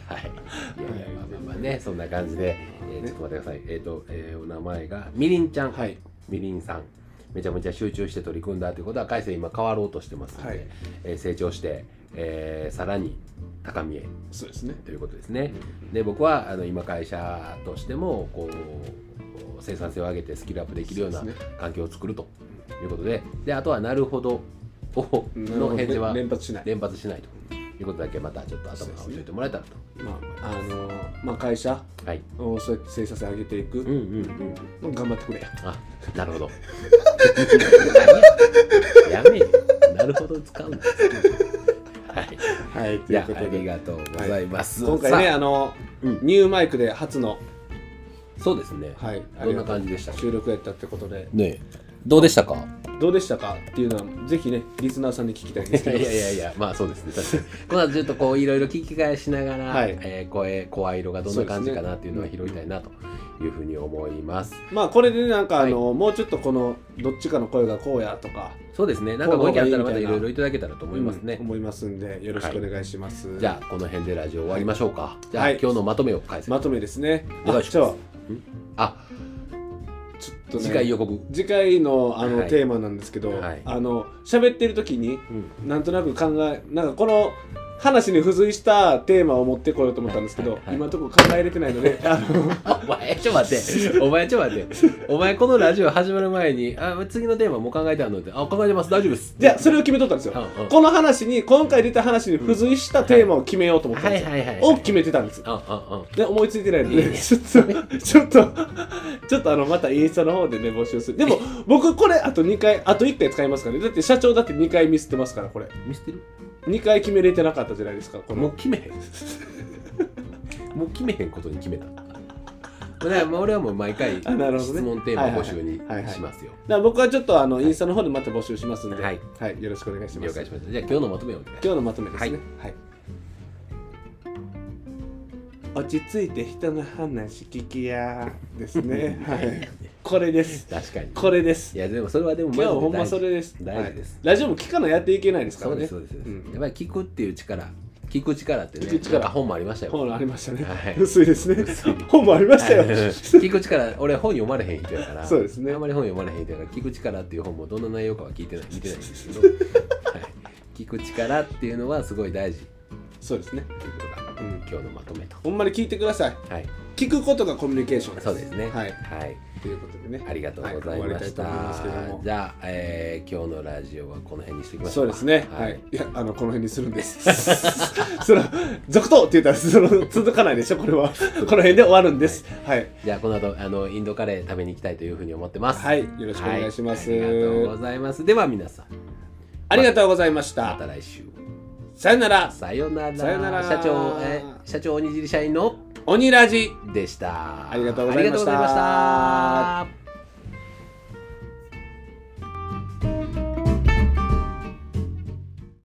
はいいやいやまあまあまあねそんな感じで、えーちょっと待ってくださいえっ、と、えーお名前がみりんちゃん、はいみりんさんめちゃめちゃ集中して取り組んだということは海鮮今変わろうとしてますので、はいえー成長して、えーさらに高みへそうですね。ということですね。で僕はあの今会社としてもこう生産性を上げてスキルアップできるようなそうです環境を作るということでであとは「なるほど」をうんの返事は連発しない。連発しないということだけまたちょっと頭を教えてもらえたらと。まああのまあ会社はい、をそうやって精査性上げていうんうく。んうん頑張ってくれ。あなるほど 何ややめえよなるほど使うのはいはいといういやことありでがとうございます、今回ねさあのうんニューマイクで初のあそうですね、はいどんな感じでした収録やったってことで。ねえどうでしたかどうでしたかっていうのはぜひねリスナーさんに聞きたいんですいけどや いやいやまあそうですね 確かにこの後ちょっとこういろいろ聞き返しながら、はいえー声声色がどんな感じかなっていうのはそうで拾いたいなというふうに思いますまあこれでねなんかあの、もうちょっとこのどっちかの声がこうやとかそうですねなんかご意見あったらまこの方たがいいみたいいなろいろいただけたらと思いますね、うん思いますんでよろしくお願いします、じゃあこの辺でラジオ終わりましょうかじゃあ、はい今日のまとめを返せまとめですねお願いあしますじゃああちょっとね次回予告次回のあの、はいテーマなんですけど、はいあの喋ってる時にうんなんとなく考えなんかこの話に付随したテーマを持ってこようと思ったんですけど、はいはい今のところ考えれてないの であのお前ちょっと待ってお前ちょっと待ってお前このラジオ始まる前にあ次のテーマもう考えてあるのってあ考えてます大丈夫ですじゃあそれを決めとったんですよ、うんうんこの話に今回出た話に付随したテーマを決めようと思ったんではすいよ、はいはいを決めてたんですあああで思いついてないので、いいね ちょっとちょっとちょっとあのまたインスタの方でね募集するでも僕これあと2回あと1回使いますからねだって社長だって2回ミスってますからこれ見捨てる2回決めれてなかったじゃないですかこものう決めへん もう決めへんことに決めただからもう俺はもう毎回質あなるほどね問テーマ募集にはいはいはいはいはいしますだよから僕はちょっとあのインスタの方でまた募集しますんでははいい、よろしくお願いしま了す解しましたじゃあ今日のまとめをお願いしま今日のまとめですねはい、落ち着いて人の話聞きやです ねはいこれですす確かにこれですいやでもそれはでも今日はほんまマジそでれです大事大事ですはいラジオも聞かないやっていけないですかそらうでねすそうです、うんやっぱり聞くっていう力聞く力ってね聞く力なんか本もありましたよ本ありましたね、 はい薄いですね薄い本もありましたよ、はい聞く力俺本読まれへん人やからそうですねあんまり本読まれへん人やから聞く力っていう本もどんな内容かは聞いてない見てないんで すけど、はい、聞く力っていうのはすごい大事っそうですね、ていうことがうん、今日のまとめとほんまに聞いてくださいはい聞くことがコミュニケーションですそうですねはいはいということでねありがとうございました。はい終わりたいと思いますけどもじゃあ、えー今日のラジオはこの辺にしておきましょそううか。ですね。ははいい。いや、あの、この辺にするんです。 その、続投って言ったら、その、続かないでしょ、これは。この辺で終わるんです。はい。じゃあこの後あのインドカレー食べに行きたいというふうに思ってます。はい。よろしくお願いします。はいありがとうございます。では皆さんありがとうございましまたた。来週。さよなら。さよなら。さよなら社長え社長おにじり社員の鬼ラジ。でした。ありがとうございましたありがとうございました